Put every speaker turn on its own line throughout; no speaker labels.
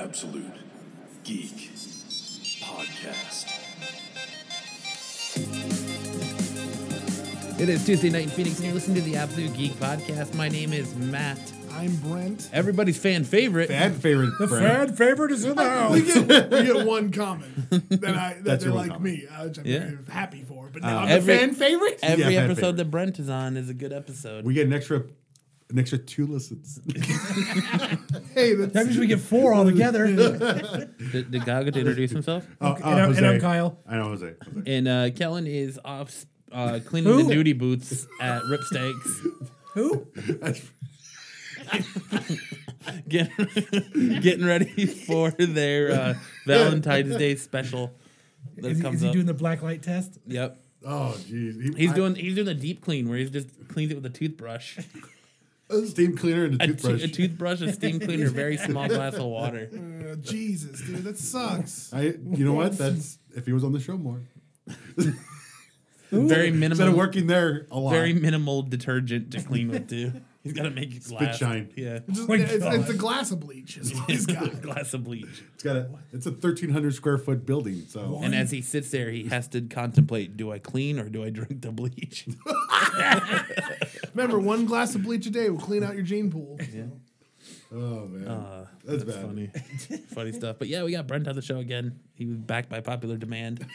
Absolute Geek Podcast.
It is Tuesday night in Phoenix, and you're listening to the Absolute Geek Podcast. My name is Matt.
I'm Brent.
Everybody's fan favorite.
Bad favorite.
The
brand.
fan favorite is in the
Oh, We
house.
get, we get one comment that I that
That's
they're
your one
like
comment.
me, uh, which I'm
Yeah.
very happy for. But
Uh,
now I'm
every-
a fan favorite.
Every
Yeah, fan
episode
favorite.
that Brent is on is a good episode.
We get an extra, an extra two listens.
hey, that's,
That means we get four all together.
did, did Gaga introduce himself?
Oh, oh,
and I'm- and I'm
Jose.
Kyle.
I know Jose. Jose.
And uh, Kellen is off uh, cleaning
Who?
the nudie boots at Rip Steaks.
Who?
getting, getting ready for their uh, Valentine's Day special that
Is he,
comes
is he
up.
doing the black light test?
yep.
Oh, jeez. He-
He's
I-
doing he's doing a deep clean where he just cleans it with a toothbrush.
a steam cleaner and a
A, to-
toothbrush.
a toothbrush, a steam cleaner, very small glass of water.
uh, Jesus, dude, that sucks.
Oh
I, you know what? That's if he was on the show more.
Very
Instead
minimal
of working there a lot.
very minimal detergent to clean with too. He's got to make it glass.
shine.
Yeah.
It's, just-
my
it's, it's
God.
a glass of bleach. Is what he's got.
glass of bleach.
it's got a. It's a thirteen hundred square foot building. So
And as he sits there, he has to contemplate, do I clean or do I drink the bleach?
Remember, one glass of bleach a day will clean out your gene pool.
oh man,
Uh,
that's, bad.
Funny. Funny stuff. But yeah, we got Brent on the show again. He was backed by popular demand.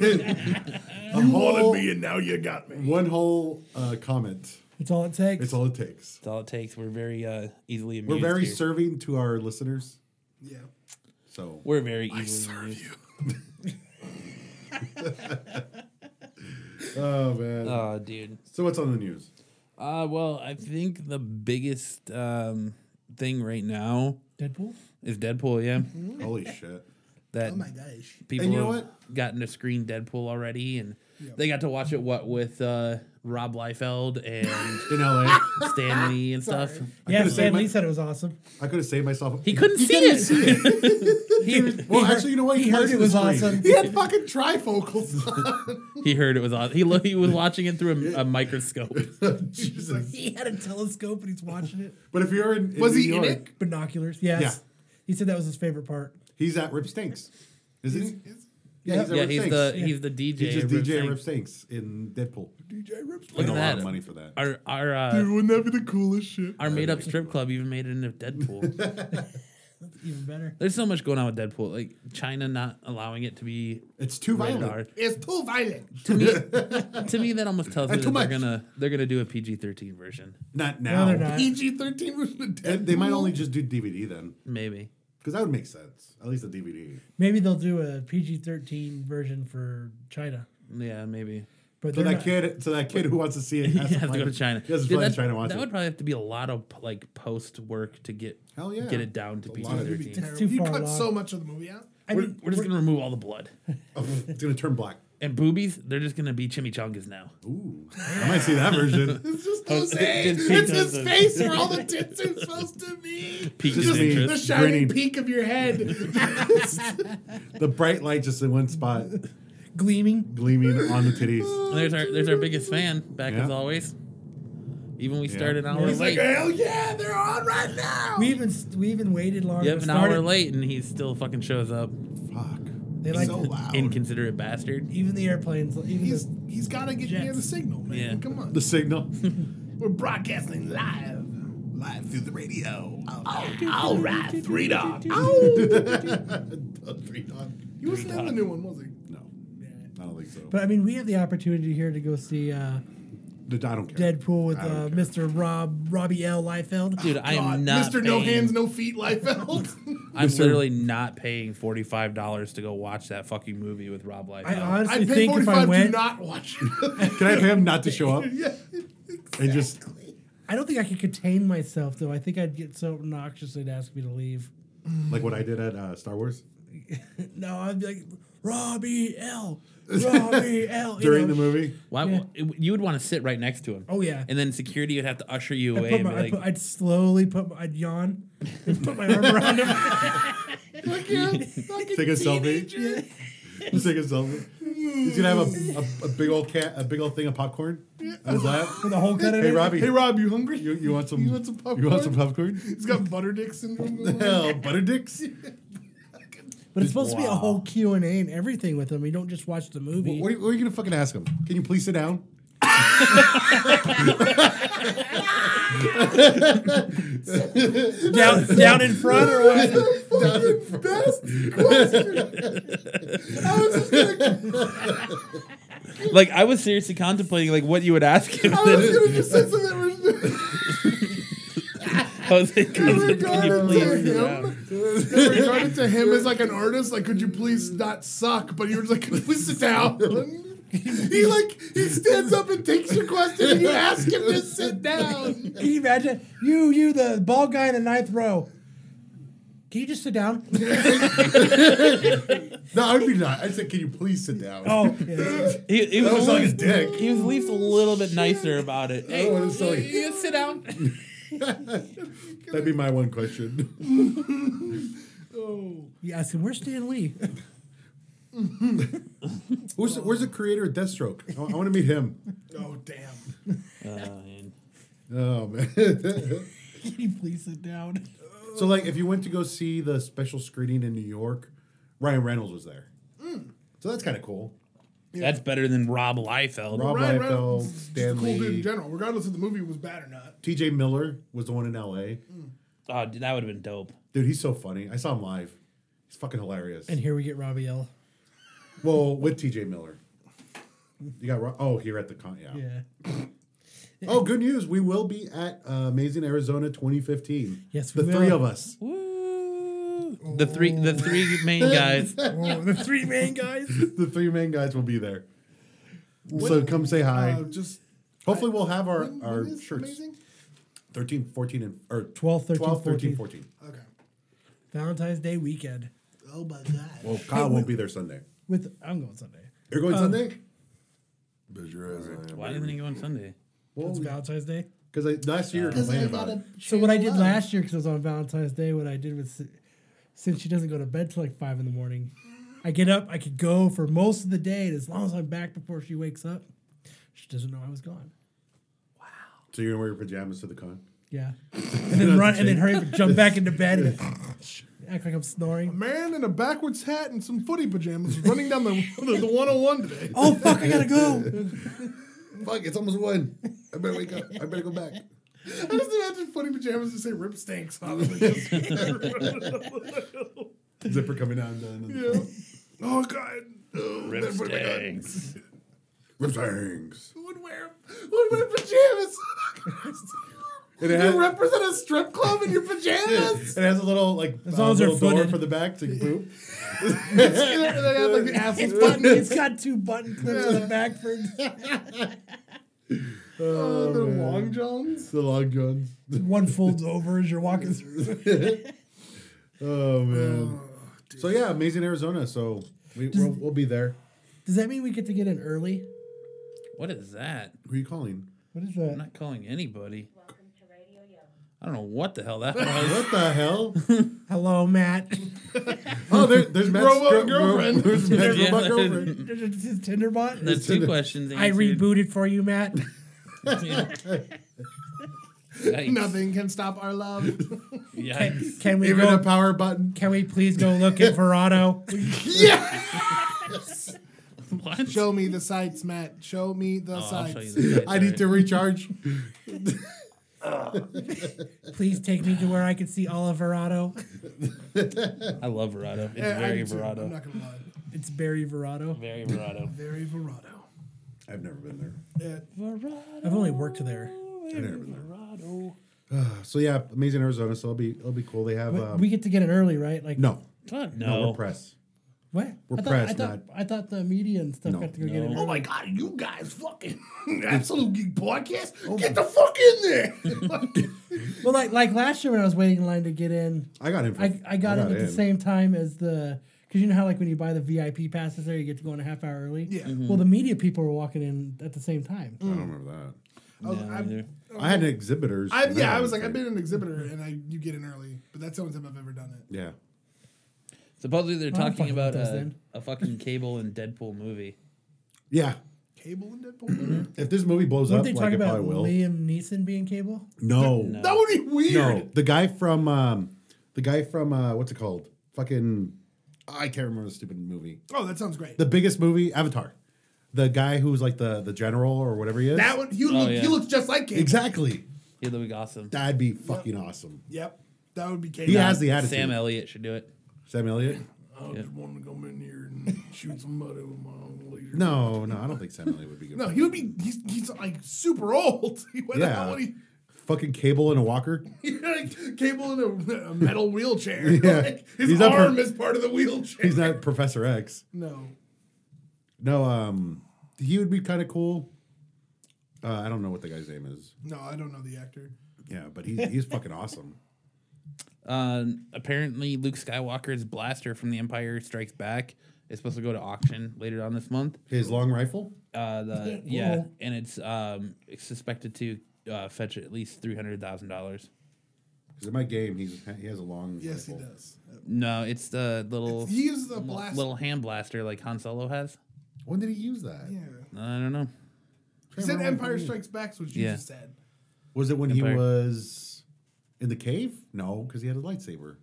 A whole,
and now you got me.
one whole uh, comment.
That's all it takes.
It's all it takes.
That's all it takes. We're very uh, easily
We're
amused.
very
here.
serving to our listeners.
Yeah.
Oh
So
We're very easily amused.
oh man.
Oh, dude.
so what's on the news?
Uh, well, I think the biggest um, thing right now
Deadpool.
is Deadpool, yeah.
Holy shit.
That
Oh my gosh.
people
Mm-hmm. And you know
have gotten to screen Deadpool already, and they got to watch it. What with uh, Rob Liefeld and
In LA.
Stan Lee and stuff.
Yeah,
could've
Stan
said
Lee
my-
said it was awesome.
I could have saved myself.
He couldn't see it. he,
well, actually, you know what?
He heard
likes
it
the
was
screen.
awesome.
He had fucking trifocals. on.
he heard it was on. He lo- he was watching it through a, a microscope.
Jesus.
He had a telescope and he's watching it.
But if you're in, in
Was
New
he in
York,
it?
Binoculars. Yes.
Yeah.
He said that was his favorite part.
He's at Rip Stinks, isn't he? Yeah, he's at
yeah,
Rip
he's
Stinks.
the
Yeah.
he's the DJ.
he's just
of Rip
DJ at
Sings.
Rip Stinks in Deadpool.
DJ Rips.
Look at
Paying a lot
that.
of money for that.
Our our uh,
Dude, wouldn't that be the coolest shit?
our made up strip club even made it into Deadpool.
Even better.
There's so much going on with Deadpool, like China not allowing it to be
It's too
rated R.
violent.
It's too violent.
To me, that almost tells me
Too
that they're
much.
gonna they're gonna do a PG-13 version,
Not
No,
now.
they're not.
PG thirteen version of
Eh,
Deadpool.
They might only just do DVD then,
maybe.
because that would make sense. At least a DVD.
Maybe they'll do a PG-13 version for China.
Yeah, maybe.
But
So that
they're not-
kid, so that kid who wants to see it,
He
has,
has to
fly
go to China.
He has to
Dude,
fly
that,
to China to watch
that
it.
would probably have to be a lot of like post work to get
Hell yeah.
get it down to
A
PG
lot of
It'd be
thirteen.
terrible.
too
you
far
cut
along.
so much of the movie out.
I
We're,
mean,
we're just gonna remove all the blood
Oh, it's gonna turn black.
and boobies. They're just gonna be chimichangas now.
Ooh, I might see that version.
It's just Jose.
just
it's
Pete
his
Jose.
face where all the tits are supposed to be.
Peak
Just
his
me.
The
interest.
shining
grinning.
peak of your head.
the bright light just in one spot,
gleaming.
gleaming on the titties.
And there's our there's our biggest fan back
Yeah.
as always. Even we started an hour
He's like,
late.
hell yeah, they're on right now.
We even we even waited longer.
yep,
to
an
start
hour
it.
late, and he still fucking shows up.
Fuck.
They like
so loud.
Inconsiderate bastard.
even the airplanes. Even
he's
the,
he's got to get near
Jets.
the signal, man.
Yeah.
Come on.
The signal.
We're broadcasting live. Live through the radio. all right, three dog.
Three dog.
He wasn't in the new one, was he?
No, I don't think so.
but I mean, we have the opportunity here to go see uh,
But I don't care.
Deadpool with
I don't
uh,
care.
Mr. Rob Robbie L. Liefeld.
Dude, I
God,
am not.
Mr. No
paying-
Hands, No Feet Liefeld.
I'm
Mr.
literally not paying forty five dollars to go watch that fucking movie with Rob Liefeld.
I honestly
I'd pay
think if I
45 to
went,
not watch it.
Can I pay him not to show up?
yeah.
And just
I don't think I could contain myself though. I think I'd get so obnoxious they'd ask me to leave.
like what I did at uh, Star Wars
No, I'd be like Robbie L. Robbie L. you
during
know.
the movie.
Why
Yeah.
it- you would want to sit right next to him?
Oh, yeah.
And then security would have to usher you
I'd,
away.
put
And be
my,
like,
I'd, put, I'd slowly put my, I'd yawn and put my arm around him.
Look at fucking
Take a selfie.
teenager.
Just take a selfie. He's gonna have a, a, a big old cat, a big old thing of popcorn on his lap.
With a whole cut in
Hey
it.
Robbie,
Hey, Rob, you hungry?
you, you want some?
You want some
You want some popcorn?
He's got butter dick syndrome. going on.
Hell, butter dicks.
But it's supposed to be a whole Q and A and everything with them. You don't just watch the movie.
What are, you, what are you gonna fucking ask him? Can you please sit down?
down, down in front or what? Like I was seriously contemplating like what you would ask him.
I
then.
was gonna just say something. We're,
I was like,
Oh
can you please? sit down?
to him. Regarded to him as like an artist, like could you please not suck? But you were just like, could you please sit down? he like he stands up and takes your question, and you ask him to sit down.
Can you imagine you, you, the bald guy in the ninth row? Can you just sit down?
No, I'd be not. I said, can you please sit down?
Oh, yeah.
He, he was
that was
only-
on his dick.
He was at least a little bit nicer about it.
I don't want to silly.
you sit down.
That'd be my one question.
Oh,
you ask him where's Stan Lee?
Who's the, where's the creator of Deathstroke? I, want to meet him.
Oh damn.
Uh,
Oh man.
Can you please sit down?
so like, if you went to go see the special screening in New York, Ryan Reynolds was there.
Hmm.
So that's kind of cool.
That's better than Rob Liefeld.
Rob
Ryan
Liefeld,
Reynolds is just a
Stan
cool dude in
Lee.
general, regardless if the movie was bad or not.
T.J. Miller was the one in L.A.
Oh, dude, that would have been dope.
Dude, he's so funny. I saw him live. He's fucking hilarious.
And here we get Robbie L.
well, with T.J. Miller, you got Ro- oh here at the con. Yeah.
Yeah.
Oh, good news. We will be at uh, Amazing Arizona 2015.
Yes, we
the three
will.
of us.
Woo! The three, the three main guys.
Oh, the three main guys.
the three main guys will be there. so come say hi.
Uh, just
Hopefully, we'll have our, our
It is
shirts
Amazing.
13, 14, and or
12, 13,
12, 13,
14.
14.
Okay.
Valentine's Day weekend.
Oh my god.
Well, Kyle won't be there Sunday.
With I'm going Sunday.
You're going
Um,
Sunday?
Buzz your eyes on
Why didn't he go on Sunday?
It's
Well,
Valentine's Day.
because last year you complained about it.
So what I did last year, because it was on Valentine's Day, what I did was, si- since she doesn't go to bed till like five in the morning, I get up. I could go for most of the day, and as long as I'm back before she wakes up, she doesn't know I was gone.
So you're going to wear your pajamas to the con?
Yeah, and then run and then hurry up and jump back into bed and act like I'm snoring.
Man in a backwards hat and some footy pajamas is running down the, the, the 101 today.
Oh fuck! I gotta go.
fuck, it's almost one. I better wake up. I better go back. I just imagine footy pajamas that say rip stinks on them.
Zipper coming down. down, down.
Yeah. Oh god. Oh,
Rip
that's what I got.
stinks.
Rip tangs.
Who would wear who would wear pajamas?
And
you
it has,
represent a strip club in your pajamas?
it has a little like
As
uh,
long as they're
little door
footed.
for the back to poop.
and they have like the asses
It's button. It's got two button clips on the back for.
on their long johns.
the long guns.
One folds over as you're walking through.
Oh man. so yeah, Amazing Arizona. So we, we'll, we'll be there.
Does that mean we get to get in early?
What is that?
Who are you calling?
What is
I'm
that?
not calling anybody.
Welcome to Radio Yellow.
I don't know what the hell that was.
What the hell?
Hello, Matt.
Oh, there, there's Matt's
Robot
gr-
girlfriend.
There's Matt's
Yeah.
robot girlfriend.
Tinder bot.
That's two questions.
I
answered.
rebooted for you, Matt.
Yikes.
Nothing can stop our love.
Yikes.
Can we
Even
go?
a power button.
can we please go look at Verado?
What?
Show me the sights, Matt. Show me the
Oh, I'll
sights.
show you the sites,
I need to
alright.
recharge.
please take me to where I can see all of Verado.
I love Verado. It's
Yeah, I
very
do too, I'm
Verado.
not gonna lie.
It's Barry Verado.
Very Verado.
Very Verado.
I've never been there.
Yeah.
I've only worked there.
I've never been there. So yeah, Amazing Arizona. So it'll be it'll be cool. They have
But
um,
we get to get in early, right? Like
no,
What?
no,
No.
Oh.
we're press.
What?
We're
I thought, I
pressed,
thought, I thought the media and stuff
No.
got to go get in.
Oh
Early.
my god, you guys fucking absolute geek podcast? Get the fuck in there.
Well, like like last year when I was waiting in line to get in,
I got in. for-
I, I got in at the
in.
same time as the because you know how like when you buy the VIP passes there, you get to go in a half hour early.
Yeah.
Well, the media people were walking in at the same time.
I don't remember that.
I was,
No,
I've-
neither.
I had an exhibitors.
I've-
and
yeah,
that
I was like, I've
great.
been an exhibitor and I you get in early, but that's the only time I've ever done it.
Yeah.
Supposedly they're
I don't
talking
fucking want
about
those
a,
then.
a fucking Cable and Deadpool movie.
Yeah.
Cable and Deadpool?
If this movie blows
Weren't
up,
they
like
talk
it
about
probably will.
Liam Neeson being cable?
No.
No.
that would be weird.
No. The guy from um, the guy from uh, what's it called? Fucking I can't remember the stupid movie.
Oh, that sounds great.
The biggest movie, Avatar. The guy who's like the the general or whatever he is.
that one, he, look,
Oh, yeah.
he looks just like Cable.
exactly.
Yeah, that'd be awesome.
That'd be fucking awesome.
Yep, that would be Cable.
He has the attitude.
Sam
Sam,
Elliott should do it.
Elliott.
I just want to come in here and shoot some mud uh, over my own leader.
No, no, I don't think Sam Elliott would be good.
No, he would be. He's, he's like super old. He went
Yeah.
out when he-
Fucking cable and a walker.
he had, like cable in a, a metal wheelchair.
Yeah.
Like, his
He's not per-
arm is part of the wheelchair.
He's not Professor X.
no.
No, um, he would be kind of cool. Uh, I don't know what the guy's name is.
No, I don't know the actor.
Yeah, but he's he's fucking awesome.
Um, apparently, Luke Skywalker's blaster from The Empire Strikes Back is supposed to go to auction later on this month.
His long rifle.
Uh, the yeah, and it's um it's suspected to uh, fetch at least three hundred thousand dollars.
Because in my game, he's he has a long.
Yes, he
rifle.
does.
No, it's the little
He is the
li-
blast.
little hand blaster like Han Solo has.
When did he use that?
yeah.
I don't know.
He said Empire Strikes Back, which you
Yeah.
just said.
Was it when
Empire.
he was in the cave? No, because he had a lightsaber.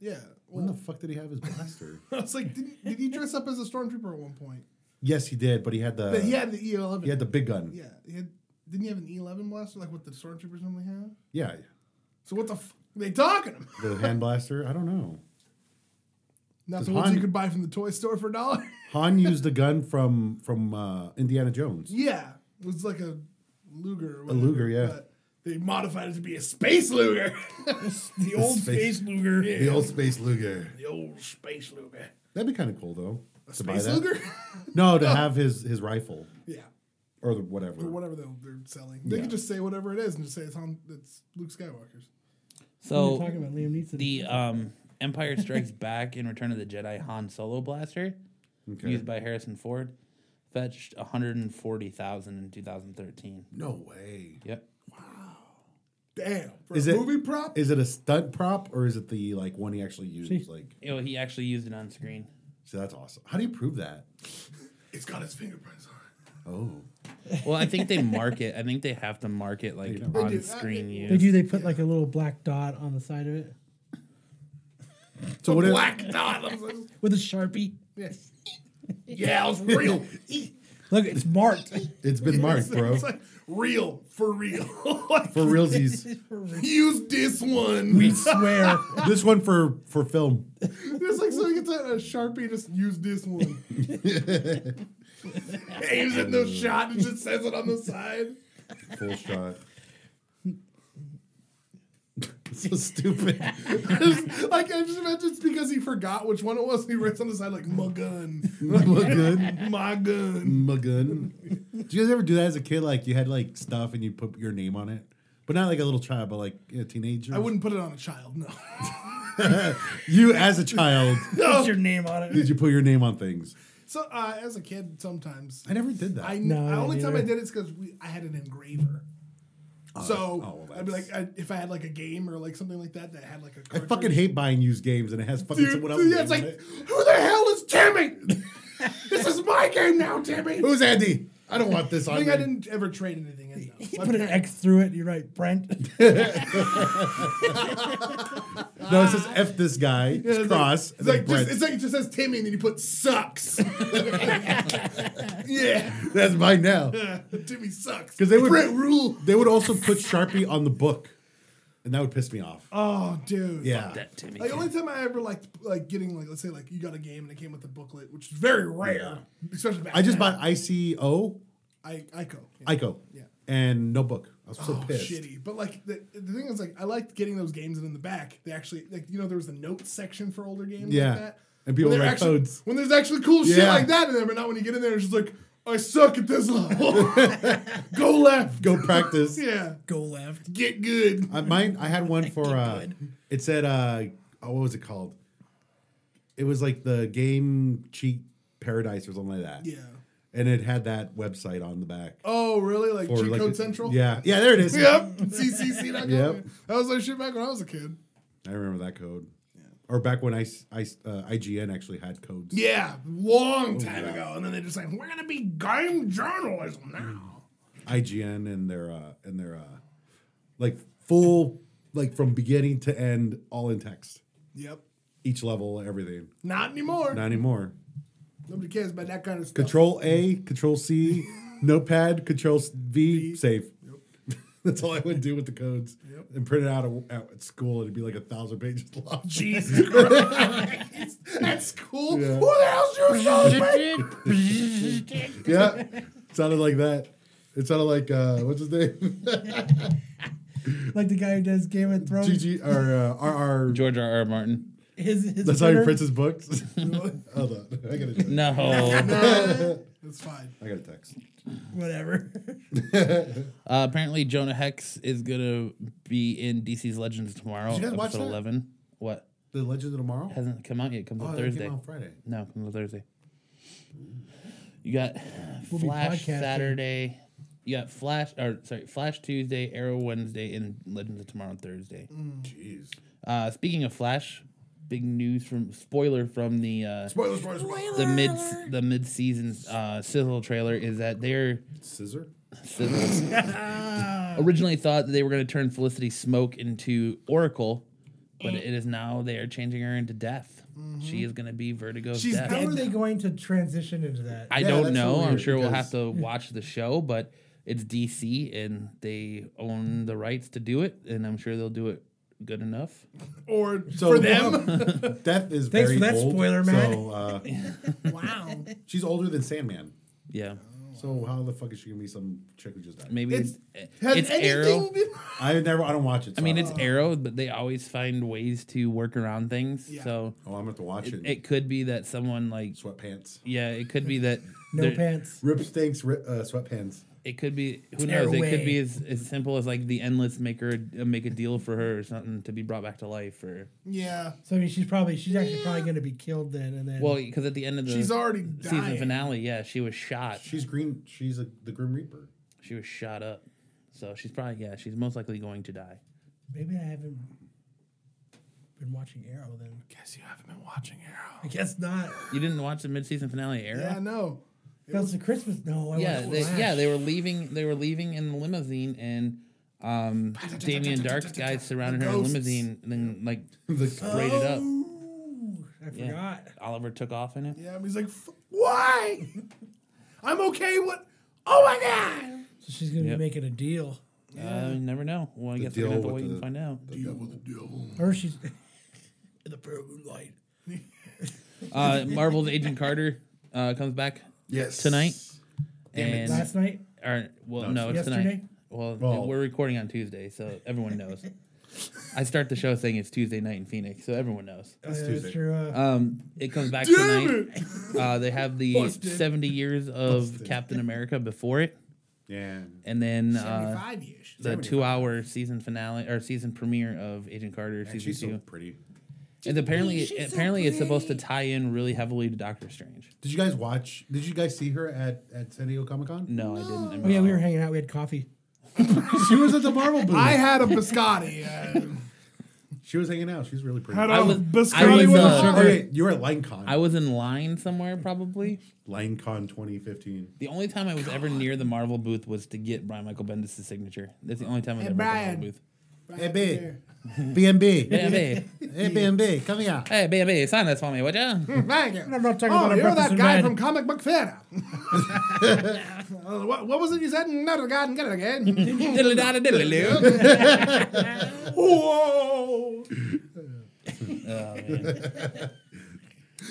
Yeah.
When the
Well,
fuck did he have his blaster?
I was like, did, did he dress up as a stormtrooper at one point?
yes, he did, but he had the
But Uh, he had the E11.
he had the big gun.
yeah. He had, didn't he have an E E11 blaster like what the stormtroopers normally have?
Yeah,
So what the f- are they talking about?
the hand blaster. I don't know.
Not
Does
the ones
Han-
you could buy from the toy store for a dollar.
Han used a gun from from uh, Indiana Jones.
yeah, it was like a Luger. Or whatever,
Luger, yeah.
But they modified it to be a space Luger.
The old
space-
space Luger.
The old space Luger.
the old space Luger.
That'd be kind of cool though. to buy
Space
that.
Luger?
No, to have his his rifle
yeah.
or the whatever.
Or whatever they'll- they're selling. They
Yeah.
can just say whatever it is and just say it's Han, it's Luke Skywalker's.
We
So
were talking about Liam Neeson.
Oh, the um Empire Strikes Back and Return of the Jedi Han Solo blaster
Okay.
used by Harrison Ford fetched one hundred and forty thousand in two thousand thirteen.
No way.
Yep.
Damn. For
Is
a
it-
movie prop?
Is it a stunt prop or is it the like one he actually used? Like,
You know, Oh, he actually used it on screen.
so that's awesome. How do you prove that?
It's got his fingerprints on
Oh,
Well, I think they mark it. I think they have to mark it like
do.
on screen
They
They
use.
do. They put like a little black dot on the side of it
so what?
it.
if-
Black dot. I was like,
with a sharpie.
yes.
Yeah, it's real.
Look, it's marked.
It's been marked,
It's
bro.
like real, for real. Like,
For realsies,
Use this one.
we swear.
this one for for film.
It's like so he gets a, a sharpie. Just use this one. Aims at the shot and just says it on the side.
Full shot. so stupid.
Just- like I just imagine it's because he forgot which one it was. And he writes on the side like my gun,
Look good.
my gun.
Magun. Did you guys ever do that as a kid? Like you had like stuff and you put your name on it, but not like a little child, but like a teenager.
I wouldn't put it on a child. No,
You as a child,
Put your name on it.
Oh. did you put your name on things?
so uh, as a kid, sometimes
I never did that.
I
No, I
the only
didn't
time I
either.
did it's because I had an engraver. so
oh, well,
I'd be
that's-
like, I, if I had like a game or like something like that that had like a
I
cartridge.
fucking hate buying used games and it has fucking
Dude,
someone else's
yeah, it's
name
like,
on it.
who the hell is Timmy? this is my game now, Timmy.
Who's Andy? I don't want this on
I think I
me.
didn't ever trade anything in.
He
Though.
put an X through it. You're right, Brent.
No, it says F this guy.
Yeah,
it's cross.
Like, it's, like
and then
just, it's like it just says Timmy, and then you put sucks. yeah,
Brent. That's mine now.
Timmy sucks.
'Cause they would-
Brent rule.
They would also put Sharpie on the book, and that would piss me off.
Oh, dude.
yeah.
That Timmy.
Like
kid.
only time I ever liked like getting like let's say like you got a game and it came with a booklet, which is very rare, especially back
I just
then.
bought ICO,
I Ico. Yeah.
ICO,
Yeah.
and no book. I was so
Oh,
pissed.
shitty. But like the, the thing is like I liked getting those games and in the back they actually like you know there was the notes section for older games
Yeah.
like that.
And people
When they're
write
actually,
codes.
When there's actually cool shit
Yeah.
like that in there, but not when you get in there it's just like I suck at this level. Go left.
Go practice.
Yeah.
Go left.
Get good.
I, mine, I had one for. Uh, it said, uh, oh, what was it called? It was like the game cheat paradise or something like that.
Yeah.
And it had that website on the back.
Oh really? Like
Or
cheat
like
code
a-
central?
Yeah, yeah, there it is.
Yep. CCC.com.
Yep.
That was like shit back when I was a kid.
I remember that code. Or back when I, I, uh, IGN actually had codes.
Yeah,
Oh,
long time ago. And then they just like, we're gonna be game journalism now.
IGN and their uh, and their uh, like full like from beginning to end all in text.
Yep.
each level, everything.
Not anymore.
Not anymore.
Nobody cares about that kind of stuff.
Control A, Control C, Notepad, Control S- V, save. That's all I would do with the codes
Yep.
and print it out at- out at school. It'd be like a thousand pages long.
Jesus Christ. That's cool.
Yeah.
Who the hell's your son, man?
yeah, sounded like that. It sounded like uh, what's his name?
Like the guy who does Game of Thrones.
GG or uh, RR.
George R. R. Martin.
His, his
That's how he
Twitter-
prints his books. Hold on, I gotta. check.
No.
That's fine.
I got a text.
Whatever.
Uh, apparently, Jonah Hex is gonna be in DC's Legends tomorrow.
Did you guys watch
episode
that?
eleven. What
The Legend of Tomorrow.
hasn't come out yet? It Comes
Oh,
out
that
Thursday.
Came out Friday.
No, it comes out Thursday. You got
We'll be
Flash
podcasting.
Saturday. You got Flash or sorry, Flash Tuesday, Arrow Wednesday, and Legends of Tomorrow Thursday.
Jeez.
Uh, speaking of Flash, big news from spoiler from the uh,
Spoilers, spoilers, spoilers.
the mid the mid season uh, sizzle trailer is that they're
Scissor.
sizzle. originally thought that they were going to turn Felicity Smoke into Oracle, but it is now they are changing her into Death.
Mm-hmm.
She is going to be Vertigo's
She's
Death.
How
dead.
are they going to transition into that?
I
Yeah,
don't
that's
know.
so
I'm
weird
sure we'll have
because-
to watch the show, but it's DC and they own the rights to do it, and I'm sure they'll do it good enough.
Or
So
for them.
Death is
Thanks
very
for that
old,
spoiler, Matt.
So uh,
wow.
she's older than Sandman.
Yeah,
So how the fuck is she gonna be some chick who just died?
maybe
It's-
it's,
Has
it's
anything
Arrow.
been-
I never. I don't watch
I
it. so uh,
mean,
I
it's
don't-
Arrow, but they always find ways to work around things.
Yeah.
So
Oh, I'm gonna have to watch it.
it, it could be that someone like
sweatpants.
yeah, it could be that
No
there-
pants.
Rip stinks. Rip, uh, sweatpants.
It could be who knows. It could be
Arroway.
as, as simple as like the endless maker uh, make a deal for her or something to be brought back to life or
Yeah.
So I mean, she's probably she's actually probably going to be killed then, and then
well because at the end of the
She's already
season
dying.
finale, yeah, she was shot.
She's green. She's a, the Grim Reaper.
She was shot up. So she's probably yeah, she's most likely going to die.
maybe I haven't been watching Arrow then.
Guess you haven't been watching Arrow.
I guess not.
You didn't watch the mid-season finale, Arrow?
Yeah, I know.
That was the Christmas. No, I
yeah,
watched
they,
Flash.
yeah, they were leaving. They were leaving in the limousine, and um, Damien Dark's guys surrounded her in the
Ghosts.
limousine, and then like
The,
sprayed it up.
Ooh, I
Yeah.
forgot.
Oliver took off in it.
Yeah, and he's like, "F- why? I'm okay. What? Oh my god!
So she's going to
Yep.
be making a deal,
Uh, you never know. Well, I guess we're gonna have
deal
to
with
wait and
the-
find out.
Deal with the devil.
or she's in the prayer light.
Uh, Marvel's Agent Carter uh, comes back
yes.
tonight,
Damn it.
and
Last night,
or, well,
No, Oh.
no, it's tonight.
yesterday?
Well,
Well-
we're recording on Tuesday, so everyone knows. I start the show saying it's Tuesday night in Phoenix, so everyone knows.
that's
Tuesday.
True, uh,
Um, it comes back
Damn
tonight. Uh, they have the
Busted.
70 years of
Busted.
Captain America before it,
Yeah.
and then uh,
75 years.
the two-hour season finale or season premiere of Agent Carter
And
season
she's so
two.
pretty.
and apparently, apparently, it's supposed to tie in really heavily to Doctor Strange.
Did you guys watch? Did you guys see her at at San Diego Comic Con?
No, I didn't. I
oh yeah,
missed
we
it.
were hanging out. We had coffee.
she was at the Marvel booth.
I had a biscotti. Uh,
she was hanging out. She's really pretty.
had a
Oh,
was- I
biscotti
was,
with
uh,
a
wait, you were at LineCon.
I was in line somewhere probably.
LineCon 2015.
The only time I was ever near the Marvel booth was to get Brian Michael Bendis' signature. That's the only time I was
Hey,
ever at the
Brian.
Marvel booth.
Hey, B. BNB.
Hey, hey,
Hey, BNB. Come here.
hey, baby, sign this for me, would ya?
Thank you.
I'm not talking
oh,
about a
you're
breakfast
that
in
guy
bed.
from Comic Book Theater. Uh, what, what was it you said? Another guy and get it again.
Diddly da diddly loo.
Whoa!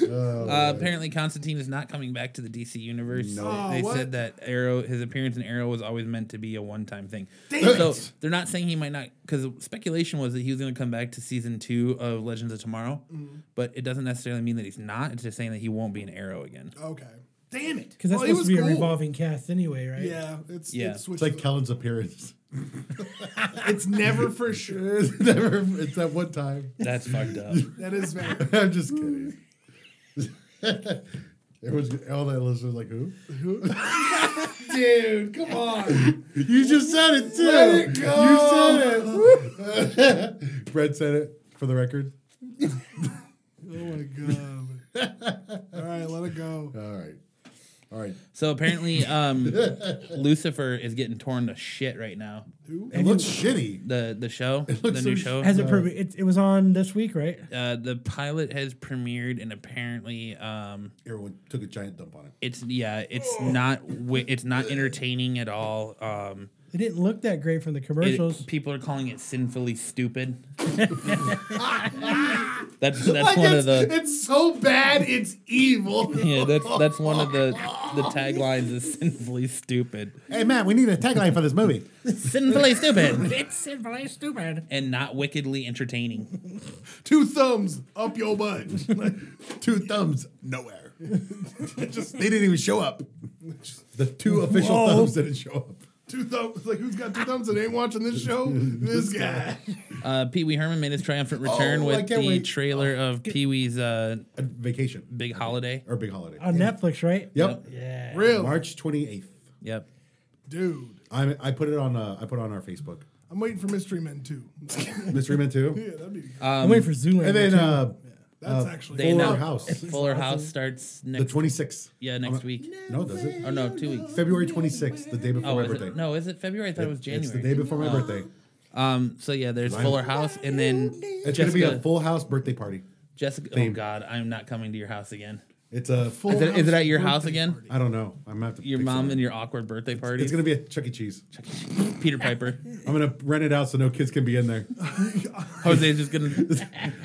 Uh, apparently, Constantine is not coming back to the DC universe.
Oh,
they
what?
said that Arrow, his appearance in Arrow, was always meant to be a one-time thing.
Damn
so
it.
they're not saying he might not, because speculation was that he was going to come back to season two of Legends of Tomorrow, but it doesn't necessarily mean that he's not. It's just saying that he won't be an Arrow again.
Okay. Damn it.
Because that's
Oh,
Well, he
supposed to be
was
a
cool.
revolving cast anyway, right?
Yeah, it's
Yeah.
It switches
It's like Kellen's appearance.
up. it's never for sure.
it's never. It's that one time.
That's fucked up.
That is very
I'm just kidding. Everyone's all that listeners like who?
dude. Come on.
You just said it too.
Let it go.
You said it. Brett said it for the record.
Oh my god. All right, let it go.
All right. All right.
So apparently, um, Lucifer is getting torn to shit right now.
It looks shitty.
The the show, the
looks
new
so
show.
Has it, pre- it? It was on this week, right?
uh, the pilot has premiered, and apparently, um,
Everyone took a giant dump on it.
it's yeah, it's
Oh.
not wi- it's not entertaining at all. Um,
It didn't look that great from the
it-
commercials.
people are calling it sinfully stupid. that's that's
Like
one
it's,
of the
it's so bad, it's evil.
yeah that's that's one of the the taglines is sinfully stupid.
Hey, Matt, we need a tagline for this movie.
Sinfully stupid
it's simply stupid.
and not wickedly entertaining.
Two thumbs up your butt.
two thumbs nowhere. Just they didn't even show up. The two official thumbs didn't show up.
two thumbs. Like who's got two thumbs that ain't watching this show? This guy.
Uh, Pee Wee Herman made his triumphant return
Oh, I
with the
can't wait.
trailer of Pee Wee's uh,
A vacation
Big Holiday.
or big holiday.
On Netflix, right?
Yep.
Yeah.
Real
March twenty eighth.
Yep.
dude.
I I put it on. Uh, I put it on our Facebook.
I'm waiting for Mystery Men 2.
Mystery Men two,
yeah, that'd be
I'm waiting for Zoolander.
and then
too.
uh,
that's actually
Uh, They
Fuller
announced-
House.
Fuller House starts next.
the twenty sixth.
yeah, next week.
No, does it?
Oh no, two weeks.
February twenty sixth, the day before
Oh,
my
is
birthday.
it, no, is it February? I thought it was January.
It's the day before my birthday.
Um, so yeah, there's Fuller House, and then
It's
Jessica.
gonna be a full house birthday party.
Jessica. Oh
theme.
God, I'm not coming to your house again.
It's a full.
Is it, is it at your
birthday
house again?
party.
I don't know. I'm gonna have to.
Your
pick
mom
something.
and your awkward birthday party.
It's gonna be at Chuck E. Cheese.
Peter Piper.
I'm gonna rent it out so no kids can be in there.
Jose's just gonna.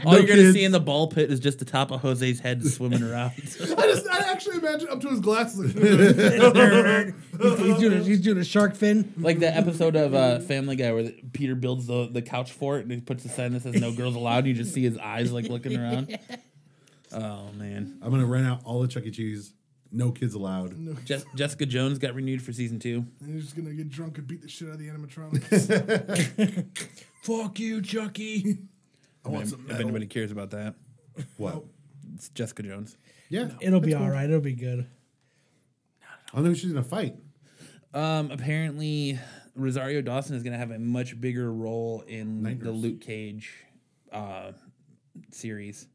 all you're gonna see in the ball pit is just the top of Jose's head swimming around.
I just I actually imagine up to his glasses.
uh,
Like,
he's, he's doing a, he's doing a shark fin.
like that episode of uh, Family Guy where the, Peter builds the, the couch fort and he puts a sign that says "No girls allowed." And you just see his eyes like looking around. Oh man.
I'm gonna rent out all the Chuck E. Cheese. No kids allowed.
Jes- Jessica Jones got renewed for season two.
and he's just gonna get drunk and beat the shit out of the animatronics.
Fuck you, Chucky.
I want some
Uh,
If
metal.
anybody cares about that,
What?
it's Jessica Jones.
Yeah.
It'll be
that's cool.
all right. It'll be good.
I don't know if she's gonna fight.
Um, apparently, Rosario Dawson is going to have a much bigger role in
Night
the
Nurse.
Luke Cage uh, series.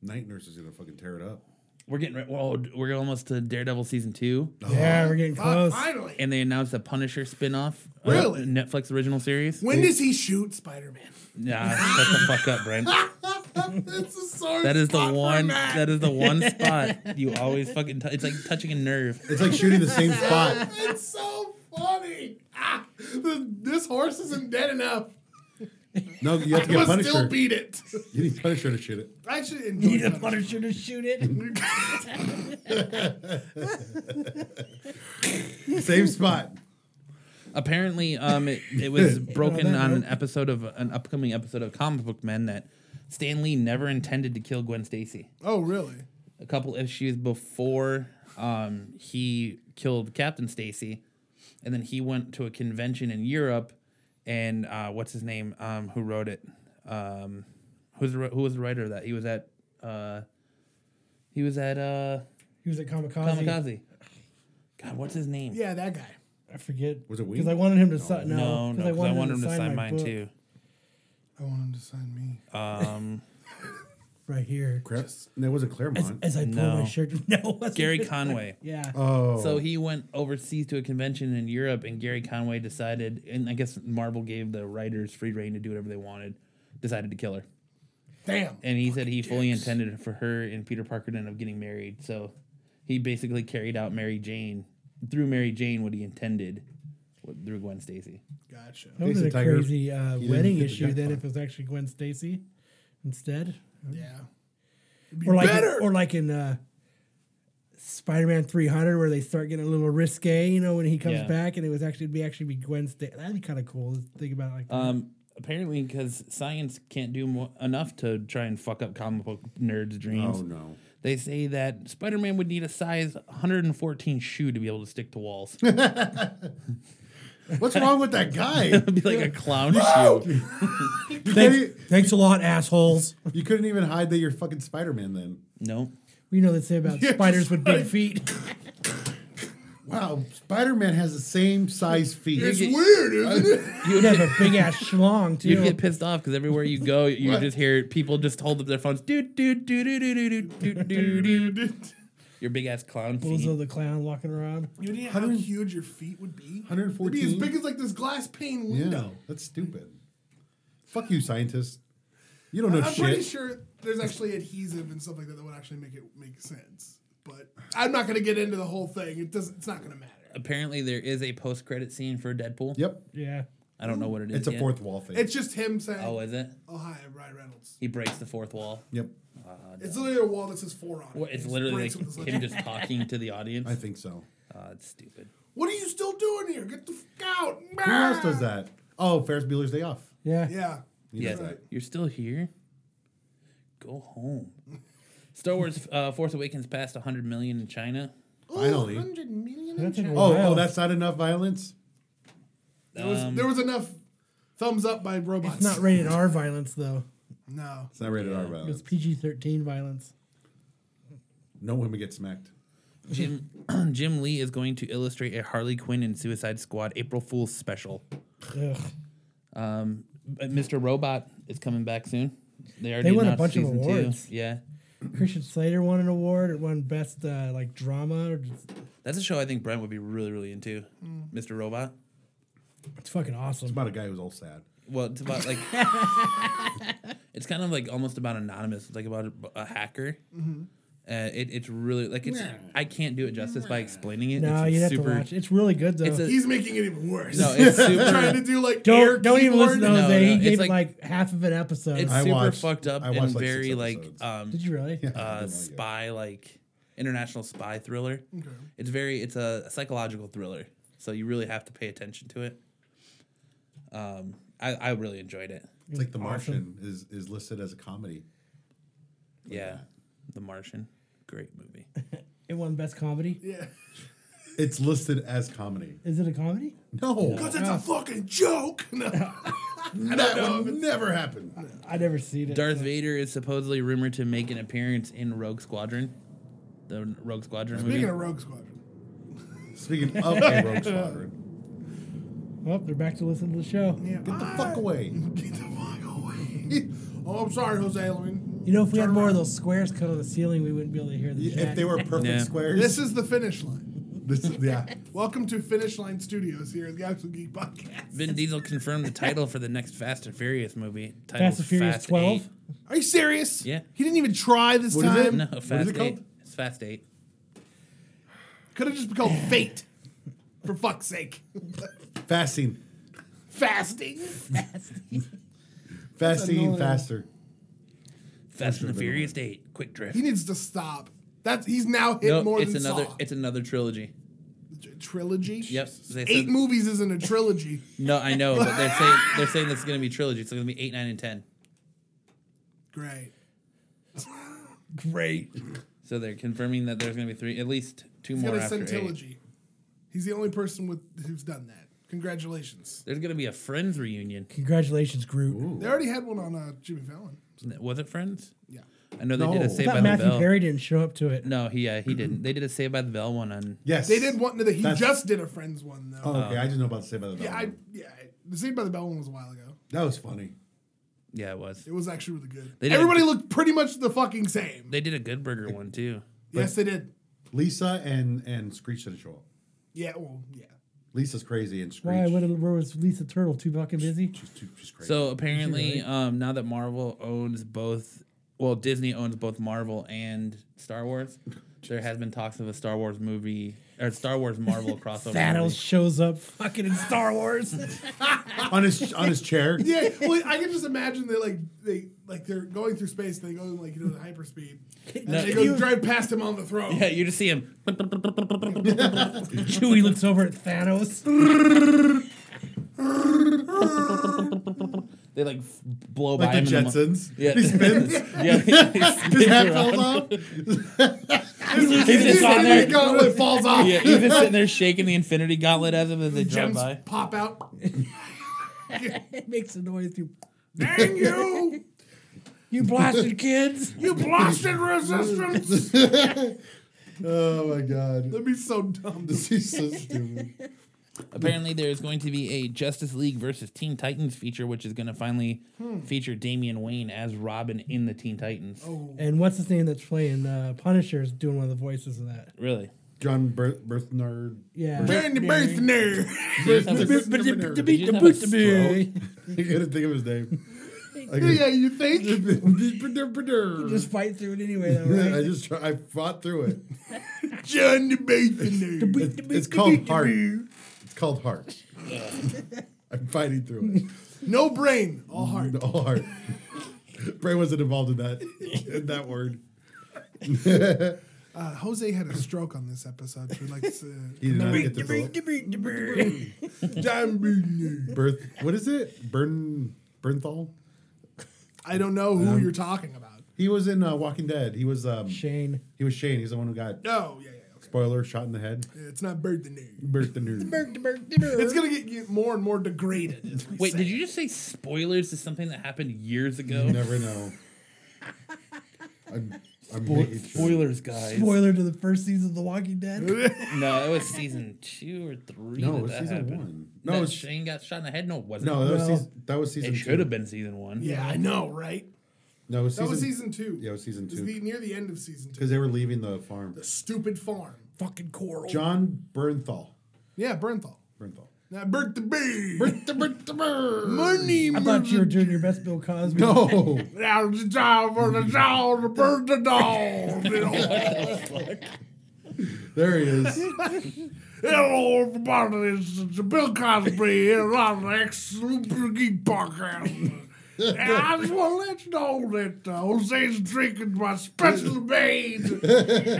Night nurse is gonna fucking tear it up.
We're getting re- well, we're almost to Daredevil season two,
Yeah, we're getting
Uh,
close.
finally.
and they announced a Punisher spinoff. uh,
Really?
Netflix original series.
When does he shoot Spider Man?
Nah, shut the fuck up, Brent.
That's the sorry.
That is the
spot for
one.
Matt.
That is the one spot you always fucking. T- it's like touching a nerve.
It's like shooting the same spot.
It's so funny. Ah, the, this horse isn't dead enough.
No, you have to
I
get
must still
Punisher.
beat it.
You need Punisher to shoot it.
I actually
Need
enjoy
a
Punisher.
Punisher to shoot it.
Same spot.
Apparently, um, it, it was broken
that
on an
note.
episode of an upcoming episode of Comic Book Men that Stan Lee never intended to kill Gwen Stacy.
Oh really?
a couple issues before um, he killed Captain Stacy, and then he went to a convention in Europe, and uh, what's his name? Um, who wrote it? Um, who's the, who was the writer of that? He was at uh, he was at uh,
He was at Kamikaze.
Kamikaze. God, what's his name?
Yeah, that guy.
I forget.
Was it
Because
Wing?
I wanted him to sign.
No,
No,
no, 'cause I wanted him to sign,
my
mine
book
too.
I want him to sign me.
Um,
Right here.
Crap. That wasn't
As,
Claremont.
as I pull
No.
my shirt. No. it wasn't.
Gary Conway.
Yeah.
oh,
So he went overseas to a convention in Europe, and Gary Conway decided, and I guess Marvel gave the writers free reign to do whatever they wanted, decided to kill her.
Damn.
And he said he fully intended for her and Peter Parker to end up getting married. So he basically carried out Mary Jane, through Mary Jane, what he intended with- through Gwen Stacy.
Gotcha.
that would have
Jason
been a
Tiger,
crazy uh,
didn't
wedding
get the
issue then
jackpot.
if it was actually Gwen Stacy instead.
Yeah. It'd be
or like
better.
or like in uh, Spider-Man 300 where they start getting a little risque, you know, when he comes
Yeah.
back and it was actually be actually be Gwen Stacy. That'd be kind of cool. to Think about it like that.
Uh,
Um, apparently, because science can't do mo- enough to try and fuck up comic book nerds' dreams.
oh no.
They say that Spider Man would need a size 114 shoe to be able to stick to walls.
What's wrong with that guy?
It'd be like a clown shoe.
You,
Thanks,
couldn't, e-
thanks a lot, assholes.
you couldn't even hide that you're fucking Spider Man then.
No.
We know they say about
Yeah,
spiders
just
with big feet.
Wow, Spider Man has the same size feet.
it's
You get-
weird, isn't it?
You'd have a big ass schlong too.
You'd get pissed off because everywhere you go, you just hear people just hold up their phones. Doot, doot, doot, doot, doot, doot, doot, doot, doot, doot. Your big ass clown feet.
Bozo the clown walking around.
You know how huge your feet would be? It'd
114.
be as big as like this glass pane
yeah,
window.
that's stupid. Fuck you, scientists. You don't know
I'm
Oh, shit.
pretty sure there's actually adhesive and stuff like that that would actually make it make sense. But I'm not gonna get into the whole thing. It doesn't. It's not gonna matter.
Apparently, there is a post credit scene for Deadpool.
Yep,
Yeah.
I don't know what it is.
it's a
yet.
fourth wall thing.
It's just him saying,
Oh, is it?
"Oh hi, I'm Ryan Reynolds."
He breaks the fourth wall.
yep,
It's literally a wall that says four on it.
Well, It's
He just
literally
breaks it with
like
his
him
legs.
just talking to the audience.
I think so.
Uh, it's stupid.
What are you still doing here? Get the fuck out!
Who else does that? Oh, Ferris Bueller's Day Off.
Yeah.
Yeah.
yeah,
right.
you're still here. Go home. Star Wars: uh, Force Awakens passed 100 million in China.
Finally.
100 million in
That took a
China.
Oh,
while.
oh, that's not enough violence.
There was, there was enough thumbs up by robots.
It's not rated R violence though.
No.
It's not rated R
It's
violence.
PG thirteen violence.
No women get smacked.
Jim Jim Lee is going to illustrate a Harley Quinn and Suicide Squad April Fool's special.
Ugh.
But Mr. Robot is coming back soon. They already
They won a
announced
bunch of
season two.
awards.
Yeah,
Christian Slater won an award. It won best uh, like drama.
that's a show I think Brent would be really, really into. Mr. Robot.
It's fucking
It's
awesome.
about a guy who's all sad.
Well, it's about like it's kind of like almost about anonymous. It's like about a, a hacker.
Mm-hmm.
Uh, it, it's really like it's. I can't do it justice by explaining it.
No,
it's
you have to watch. It's really good though.
It's a,
He's making it even worse.
no, it's
trying
super.
to do like air
don't don't even
keyboard.
listen to Jose.
No, no,
he
it's
gave
like-
like, like half of an episode.
It's
I
super
watched-
fucked up
I
and
watched, like, six
very like
episodes.
um,
Did you really?
I
uh,
didn't like it.
spy like international spy thriller. It's very it's a psychological thriller, so you really have to pay attention to it. Um, I, I really enjoyed it.
It's like The Martian is is listed as a comedy.
yeah, The Martian, great movie.
It won best comedy.
Yeah.
It's listed as comedy.
Is it a comedy?
No,
Because it's a fucking joke. No.
that would never happen.
I never seen it.
Darth Vader is supposedly rumored to make an appearance in Rogue Squadron, the Rogue Squadron
Speaking
movie.
of Rogue Squadron.
Speaking of a Rogue Squadron,
Oh, they're back to listen to the show.
Yeah.
get the
Ah.
fuck away.
Get the fuck away. oh, I'm sorry, Jose. Let me
You know, if we
turn
had more of
around.
those squares cut on the ceiling, we wouldn't be able to hear the
If
chat.
they were perfect
Yeah.
squares,
This is the finish line.
this is yeah.
Welcome to Finish Line Studios here at the Absolute Geek Podcast.
Vin Diesel confirmed the title for the next Fast and Furious movie. Titled
Fast and Furious 12?
Eight.
Are you serious?
Yeah.
He didn't even try this
What is it?
time.
No,
What is
Fast
it
Eight.
called?
It's Fast Eight.
Could have just been called Fate. For fuck's sake.
Fasting,
Fasting.
fasting,
annoying.
faster.
Fast and the Furious Eight. Quick drift.
He needs to stop. That's he's now hit
No,
more
it's
than
another.
Saw.
It's another trilogy.
Tr- trilogy.
Yep. They
Eight
said-
movies isn't a trilogy.
No, I know, but they're saying they're saying this is gonna be trilogy. It's gonna be eight, nine, and ten.
Great.
Great. So they're confirming that there's gonna be three, at least two
He's
more
got a
after eight.
sentilogy. He's the only person with who's done that. Congratulations.
There's gonna be a Friends reunion.
Congratulations, Groot.
They already had one on uh, Jimmy Fallon.
Was it Friends?
Yeah.
I know they did a
No.
Save
I
by
thought Matthew
the Bell.
Perry didn't show up to it.
No, he uh, he didn't. They did a Save by the Bell one on.
Yes,
They did one. No, he
That's-
just did a Friends one though.
Oh, okay, I just know about the Saved by the Bell.
yeah, I,
one.
yeah. I- The Saved by the Bell one was a while ago.
that was funny.
Yeah, it was.
It was actually really good.
They did-
Everybody looked pretty much the fucking same.
They did a Good Burger one too.
yes, they did.
Lisa and and Screech didn't show up.
Yeah. Well, yeah.
Lisa's crazy and Screech.
Why? What, where was Lisa Turtle? Too fucking busy?
she's, too, she's crazy.
So apparently, um, now that Marvel owns both, well, Disney owns both Marvel and Star Wars. There has been talks of a Star Wars movie or Star Wars Marvel crossover.
Thanos
movie.
shows up fucking in Star Wars.
on his on his chair.
Yeah, well, I can just imagine they like they like they're going through space. and They go in, like you know the hyperspeed, and
No,
they go
you-
drive past him on the throne.
Yeah, you just see him.
Chewie looks over at Thanos.
They like f- blow by
Like
him.
the
in mo-
Jetsons.
Yeah.
He spins.
yeah, he's-
His hat falls off.
he's
His
just on
enemy
there.
gauntlet falls off.
Yeah, he's just sitting there shaking the Infinity Gauntlet at him as they drive
Gems
by.
pop out.
it makes a noise. You,
Dang you!
you blasted kids.
You blasted resistance.
Oh my god.
That'd be so dumb.
This is so stupid.
Apparently, there's going to be a Justice League versus Teen Titans feature, which is going to finally
Hmm.
feature Damian Wayne as Robin in the Teen Titans. Oh,
And what's his name that's playing uh, Punisher is doing one of the voices of that.
really?
John Ber- Berthnard.
Yeah.
Burn the birth nerd.
Did you have a stroke?
I couldn't think of his name. I
Yeah, you think?
just,
Just fight through it anyway, though, right?
I just try, I fought through it.
John the birth nerd.
It's, it's called heart. It's called heart. I'm fighting through it.
No brain, all heart.
All heart. Bray wasn't involved in that in that word.
Uh, Jose had a stroke on this episode. For like, s- uh,
He did not get the bullet.
John Birth nerd.
Birth. What is it? Burn. Bernthal.
I don't know who
Um,
you're talking about.
He was in uh, Walking Dead. He was um,
Shane.
he was Shane. He's the one who got
No, yeah, yeah, okay.
spoiler shot in the head.
It's not birth the nerd.
Birth the nerd.
It's gonna get, get more and more degraded. is what he's
Wait, did
saying.
you just say spoilers to something that happened years ago?
You never know. I'm, I'm making sure.
spoilers, guys.
Spoiler to the first season of The Walking Dead.
No, it was season two or three.
No,
that
it was
that
season
happened.
one.
No,
No,
that
it was-
Shane got shot in the head. No, it wasn't.
No, that was
Well,
season, that was season.
it should have
two.
been season one.
Yeah, I know, right?
No, it was
That
season,
was season two.
Yeah, it was season
It's
two.
the, near the end of season two.
because they were leaving the farm.
The stupid farm, fucking coral.
John Bernthal.
yeah, Bernthal.
Bernthal.
Now birth the bee.
Bertha, Bertha, Bertha.
Money.
I thought you were doing your best Bill Cosby.
No,
Now it's time for the dog to birth the dog.
there he is.
Hello, everybody. It's, it's Bill Cosby here on the X Super Geek Podcast. And I just want to let you know that uh, Jose's drinking my special made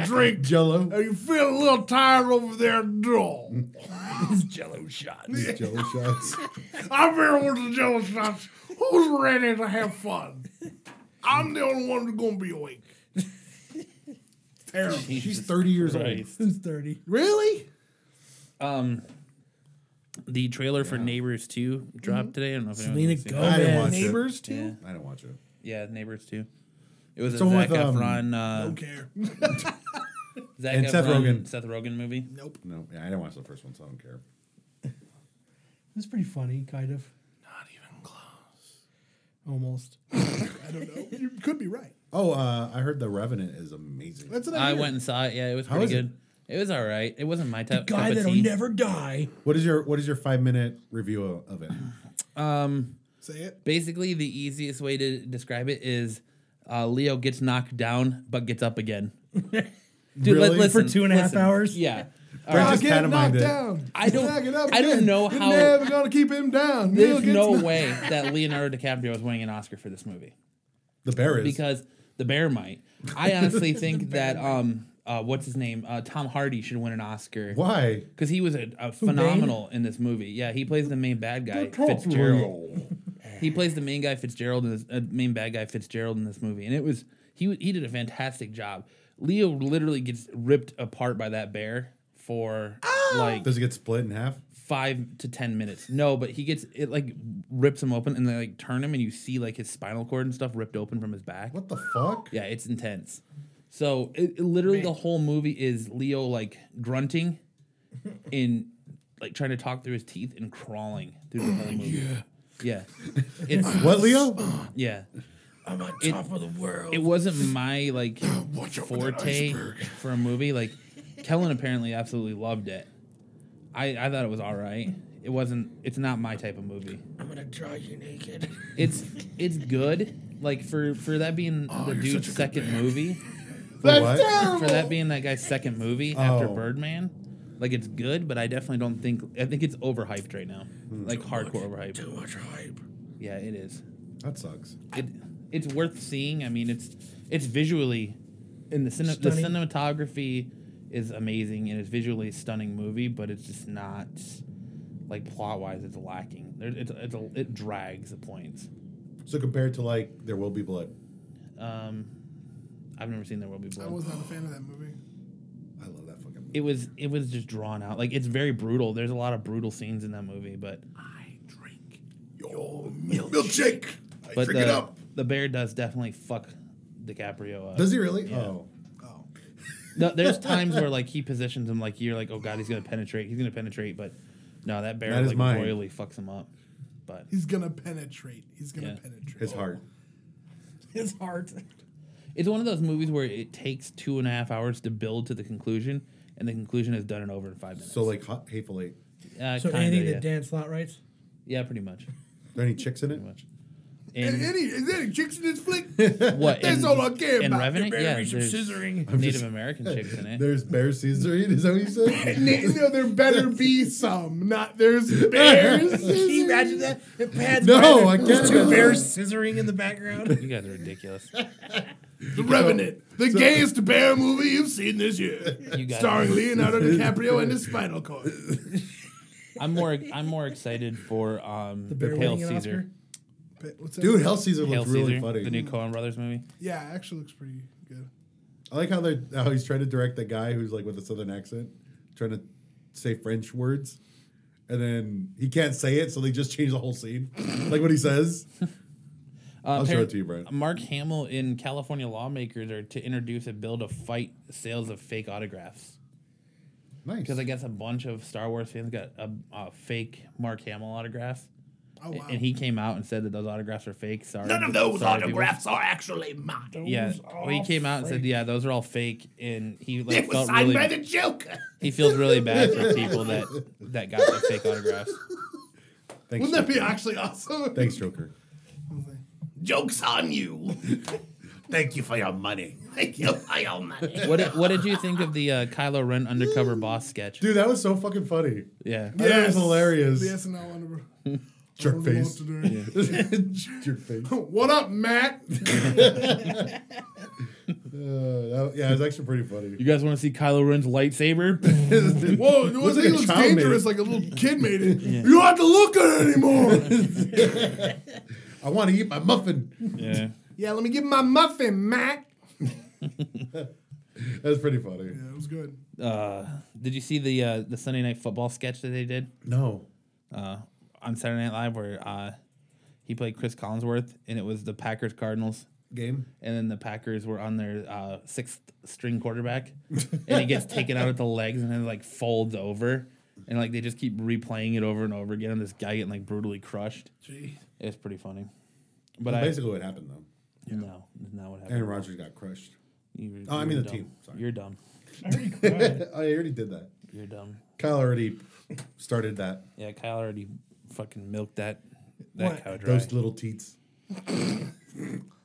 drink. Are
Jello.
you feeling a little tired over there? No.
Jello shots.
I'm here with the Jello Shots. Who's ready to have fun? I'm the only one who's going to be awake. Terrible.
She's 30 years
Christ.
Who's 30?
Really?
Um, the trailer for Neighbors Two dropped today. I don't know if
Selena
anyone's seen
old. I didn't
Gomez.
watch it.
Neighbors, too?
Yeah.
I don't watch it.
Yeah, Neighbors Two. It was a
It's the one
Zac
with, um,
Efron, uh,
Don't care.
Zac
and Seth
Efron-
Rogen.
Seth Rogen movie.
Nope.
No, yeah, I didn't watch the first one, so I don't care.
It was pretty funny, kind of.
Not even close.
Almost.
I don't know. You could be right.
Oh, uh, I heard The Revenant is amazing.
That's what I,
I
hear.
went and saw it. Yeah, it was
How
pretty
is it?
good. It? was all right. It wasn't my type,
Guy
cup of
that'll
tea.
never die.
What is your What is your five minute review o- of it?
Uh,
um,
Say it.
basically, the easiest way to describe it is uh, Leo gets knocked down but gets up again. Dude,
Really?
For two and a half
listen.
hours?
Yeah. All
Brent
right.
just
get
pantomimed
knocked
it.
down.
I don't-
Back it up
I don't
again.
know
You're
how-
never gonna keep him down. Neil
There's
gets
no
knocked-
way that Leonardo DiCaprio was winning an Oscar for this movie.
The Bear is
because the bear might. I honestly think that um uh what's his name uh Tom Hardy should win an Oscar
why
because he was a, a phenomenal in this movie. Yeah, he plays the main bad guy Fitzgerald. He plays the main guy Fitzgerald in this uh, main bad guy Fitzgerald in this movie, and it was he he did a fantastic job. Leo literally gets ripped apart by that bear for like
does it get split in half?
five to ten minutes. No, but he gets it like rips him open and they like turn him and you see like his spinal cord and stuff ripped open from his back.
What the fuck?
Yeah, it's intense. So it, it- literally, the whole movie is Leo like grunting, in like trying to talk through his teeth and crawling through the whole movie. Yeah, yeah, it's
What Leo?
yeah.
I'm on
It-
of the world.
It wasn't my like forte for a movie. Like Kellen apparently absolutely loved it. I I thought it was all right. It wasn't. It's not my type of movie.
I'm gonna draw you naked.
It's it's good. Like for for that being
Oh,
the dude's second movie.
That's
What?
terrible.
for that being that guy's second movie after
Oh.
Birdman. Like it's good, but I definitely don't think I think it's overhyped right now. Like hardcore overhyped. Too much hype. Yeah, it is.
That sucks.
It it's worth seeing. I mean, it's it's visually and the cine, the
Stunning.
cinematography is amazing and it's visually a stunning movie, but it's just not like plot wise it's lacking. There, it's, it's a, it drags the points.
So compared to like There Will Be Blood,
Um, I've never seen There Will Be Blood.
I was not a fan of that movie.
I love that fucking.
it was it was just drawn out. Like it's very brutal. There's a lot of brutal scenes in that movie, but
I drink your milkshake. I
but
drink
the,
it up.
the bear does definitely fuck DiCaprio up.
Does he really?
Yeah.
Oh,
Oh.
No, there's times where like he positions him like you're like oh god he's gonna penetrate he's gonna penetrate but No, that bear
That is
like
mine.
royally fucks him up. But
He's gonna penetrate. He's gonna
Yeah.
penetrate.
His heart.
His heart.
it's one of those movies where it takes two and a half hours to build to the conclusion, and the conclusion is done and over in five minutes.
So like hot, hateful eight.
uh,
So
kinda,
anything
yeah.
that Dan Slot writes.
yeah, pretty much.
Are there any chicks in it?
Pretty much.
And
And
any is there any chicks in this flick?
what?
That's
in-
all I care
in
about.
Revenant,
Better
yeah,
be some
there's
scissoring.
Native
just-
American chicks in it.
There's bear scissoring. Is that what you said?
no, there better be some. Not there's bears.
Can you imagine that? It pads
No, I
by, there's
can't
Two
imagine.
bears scissoring in the background.
You guys are ridiculous.
the Revenant, the gayest bear movie you've seen this year,
You guys
starring Leonardo DiCaprio and his spinal cord.
I'm more I'm more excited for um the
bear
Pale
winning an
Caesar.
Oscar?
But What's that?
Dude, Hell Caesar
Pale
looks really
Caesar,
funny.
the new Coen Brothers movie.
Yeah, it actually looks pretty good.
I like how they're how he's trying to direct that guy who's like with a southern accent, trying to say French words, and then he can't say it, so they just change the whole scene, like what he says.
Uh,
I'll show
par-
it to you, Brian.
Mark Hamill and California lawmakers are to introduce a bill to fight sales of fake autographs
Nice.
because I guess a bunch of Star Wars fans got a, a fake Mark Hamill autograph,
Oh wow.
and he came out and said that those autographs are fake. Sorry,
None of those
sorry, people.
autographs are actually mine.
Yeah,
Those
well, he
are
came out and said,
fake.
"Yeah, those are all fake," and he like
It was
felt
signed
really
by the Joker.
he feels really bad for people that that got the fake autographs.
Thanks,
Wouldn't that be actually awesome?
thanks, Joker.
Joke's on you.
Thank you for your money.
Thank you for your money.
What did, what did you think of the uh, Kylo Ren undercover boss sketch?
Dude, that was so fucking funny.
Yeah,
I thought it was hilarious.
The SNL one, bro.
Jerk face.
Today.
Jerk face. Uh,
What up, Matt?
that- yeah, it was actually pretty funny.
you guys want to see Kylo Ren's lightsaber?
Whoa, it was
like
he
a
looks
child made
dangerous
it.
like a little kid made it. You don't have to look at it anymore.
I want to eat my muffin.
yeah,
yeah, let me get my muffin, Matt.
That was pretty funny.
Yeah, it was good.
uh, did you see the uh, the Sunday Night Football sketch that they did
No.
uh, on Saturday Night Live where uh, he played Chris Collinsworth and it was the Packers Cardinals
Game.
and then the Packers were on their uh, sixth string quarterback and he gets taken out at the legs and then like folds over and like they just keep replaying it over and over again and this guy getting like brutally crushed.
Gee.
It's pretty funny, but
That's
I
basically what happened though.
no, that's not what happened.
Aaron Rodgers got crushed.
You-
Oh, I mean
you're
the
dumb.
team. Sorry.
You're dumb.
I already cried.
I already did that.
You're dumb.
Kyle already started that.
Yeah, Kyle already fucking milked that that
What?
cow dry.
Those little teats.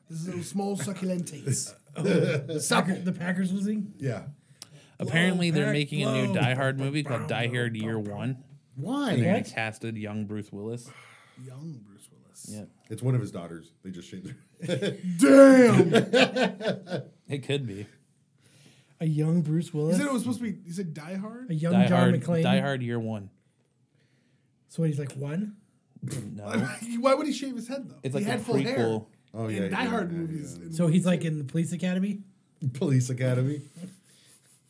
This is a small succulentates.
Packer- the Packers losing?
Yeah.
Apparently, they're
Pack
making a new
Blow.
Die Hard movie called Die Hard Year One.
Why?
They casted young Bruce Willis.
Young Bruce Willis.
Yeah,
It's one of his daughters. They just shaved her.
Damn. He
it could be
A young Bruce Willis?
said it was supposed to be. He said Die Hard.
a young
Die
John
Hard.
McClane?
Die Hard Year One.
So what, he's like one?
No,
Why would he shave his head though?
it's like
he
a
had full hair.
prequel.
Oh
in
yeah.
Die
yeah,
Hard
yeah,
movies.
yeah.
And
So he's like in the police academy?
Police Academy.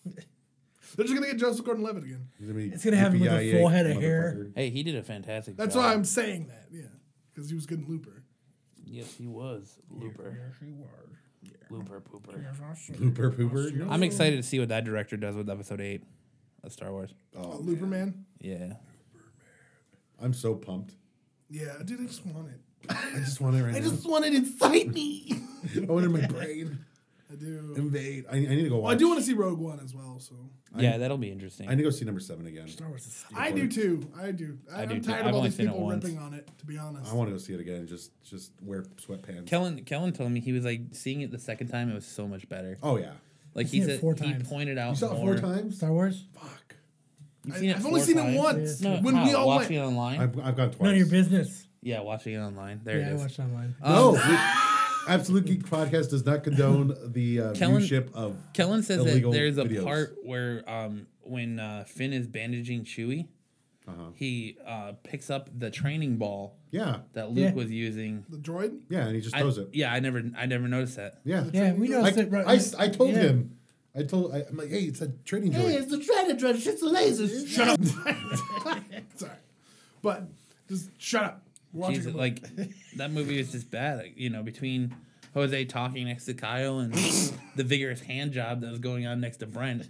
they're just gonna get Joseph Gordon-Levitt again.
It's
gonna have him with a full head of hair.
Hey, he did a fantastic.
That's
job.
why I'm saying that. Yeah, because he was good in Looper.
Yes, he was Looper. Looper pooper.
Pooper pooper.
I'm excited to see what that director does with Episode Eight of Star Wars.
Oh, Looper man.
Yeah,
I'm so pumped.
Yeah, dude, I just want it.
I just want it right now.
want it inside me.
I want it in my brain.
I do.
Invade. I, I need to go
Well, I
watch.
do want to see Rogue One as well. So
yeah, that'll be interesting.
I need to go see number seven again.
Star Wars is stupid.
I do too. I do. I,
I do,
am
too.
tired
I've
of all
only
these
seen it
people
once.
ripping on it. To be honest,
I want to go see it again. Just just wear sweatpants.
Kellen Kellen told me he was like seeing it the second time. It was so much better.
oh yeah.
Like
seen
he
it
said,
four
he
times.
pointed out
You saw it
more.
four times.
Star Wars?
fuck.
You've
I,
seen it
I've only
four
seen
times?
it once
No,
when we
how?
all
watching
went.
it online.
I've, I've gone twice.
None of your business.
yeah, watching it online. There
Yeah, I
it is.
watched online.
No,
Um,
we- Absolute Geek Podcast does not condone the uh,
Kellen-
viewship of.
Kellen says
Illegal
that there's a
videos.
part where um, when uh, Finn is bandaging Chewie,
Uh-huh.
he uh, picks up the training ball
Yeah,
that Luke
Yeah.
was using.
The droid.
yeah, and he just
I,
throws it.
yeah, I never, I never noticed that.
Yeah,
Yeah, we know.
I,
it's like-
I, s- I told
yeah.
him. I told. I, am like, hey, it's a training joint.
It's the Trident Drudge. It's the lasers. Shut up.
Sorry, but just shut up. We're watching
Jesus,
it.
like that movie is just bad. like, you know, between Jose talking next to Kyle and the vigorous hand job that was going on next to Brent,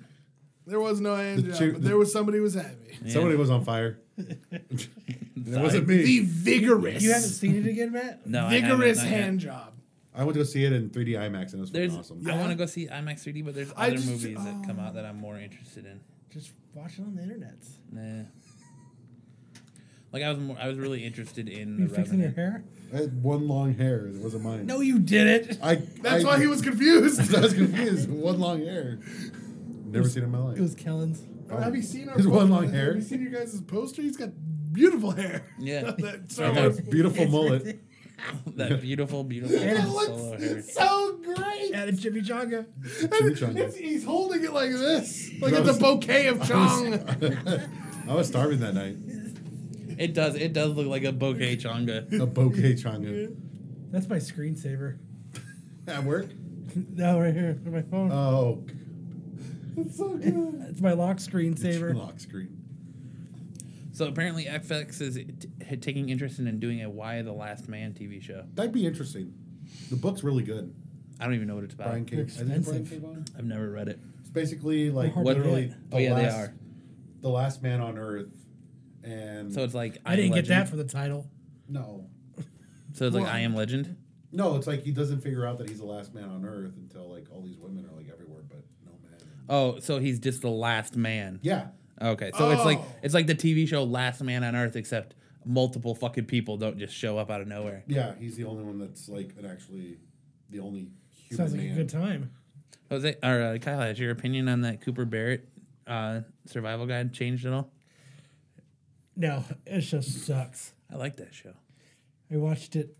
There was no hand
The
job,
chi-
but there was somebody who was happy.
Somebody was on fire. it wasn't me.
The vigorous,
You haven't seen it again, Matt?
No, I haven't,
vigorous
not yet.
hand job.
I went to go see it in 3D IMAX, and it was
There's,
fucking awesome.
I want to go see IMAX 3D, but there's
I
other
just- uh,
movies that come out that I'm more interested in.
Just watch it on the internet.
Nah. Like I was, more, I was really interested in
Are you
the
fixing your
Revenant.
hair?
I had one long hair. It wasn't mine.
No, you didn't.
I,
That's
I-
why he was confused.
I was confused. One long hair. Never seen it in my life.
It was Kellen's.
Have you seen our
His one
poster?
long hair.
Have you seen your guys' poster? He's got beautiful hair.
Yeah.
That Star
I got
Wars-
a beautiful mullet.
That beautiful, beautiful
It
solo hair.
looks so great.
At a chimichanga.
Chimichanga.
It's- he's holding it like this, like
I
it's a
was-
bouquet of chong.
I was starving that night.
It does. It does look like a bouquet changa.
A bouquet changa.
That's my screensaver.
At work?
No, right here on my phone.
Oh,
It's so good.
it's my lock screensaver.
lock screen.
So apparently, FX is t- taking interest in doing a Why the Last Man TV show.
That'd be interesting. The book's really good.
I don't even know what it's about.
Brian K.
They're
I think it's Brian K.
expensive.
Vaughn.
I've never read it.
It's basically like
hard to
literally
get.
the
Oh, yeah, they
last,
are.
the last man on Earth, and
So it's like
I didn't
Am
get that
Legend.
from the title.
no,
So it's like I Am Legend.
no. It's like he doesn't figure out that he's the last man on Earth until like all these women are like everywhere, but no man.
Oh, so he's just the last man.
Yeah,
Okay, so it's like
Oh.
it's like the TV show Last Man on Earth, except multiple fucking people don't just show up out of nowhere.
yeah. He's the only one that's like an actually the only human
Sounds like
man.
a good time.
Jose or uh, Kyle, has your opinion on that Cooper Barrett uh, survival guide changed at all?
No, it just sucks.
I like that show.
I watched it.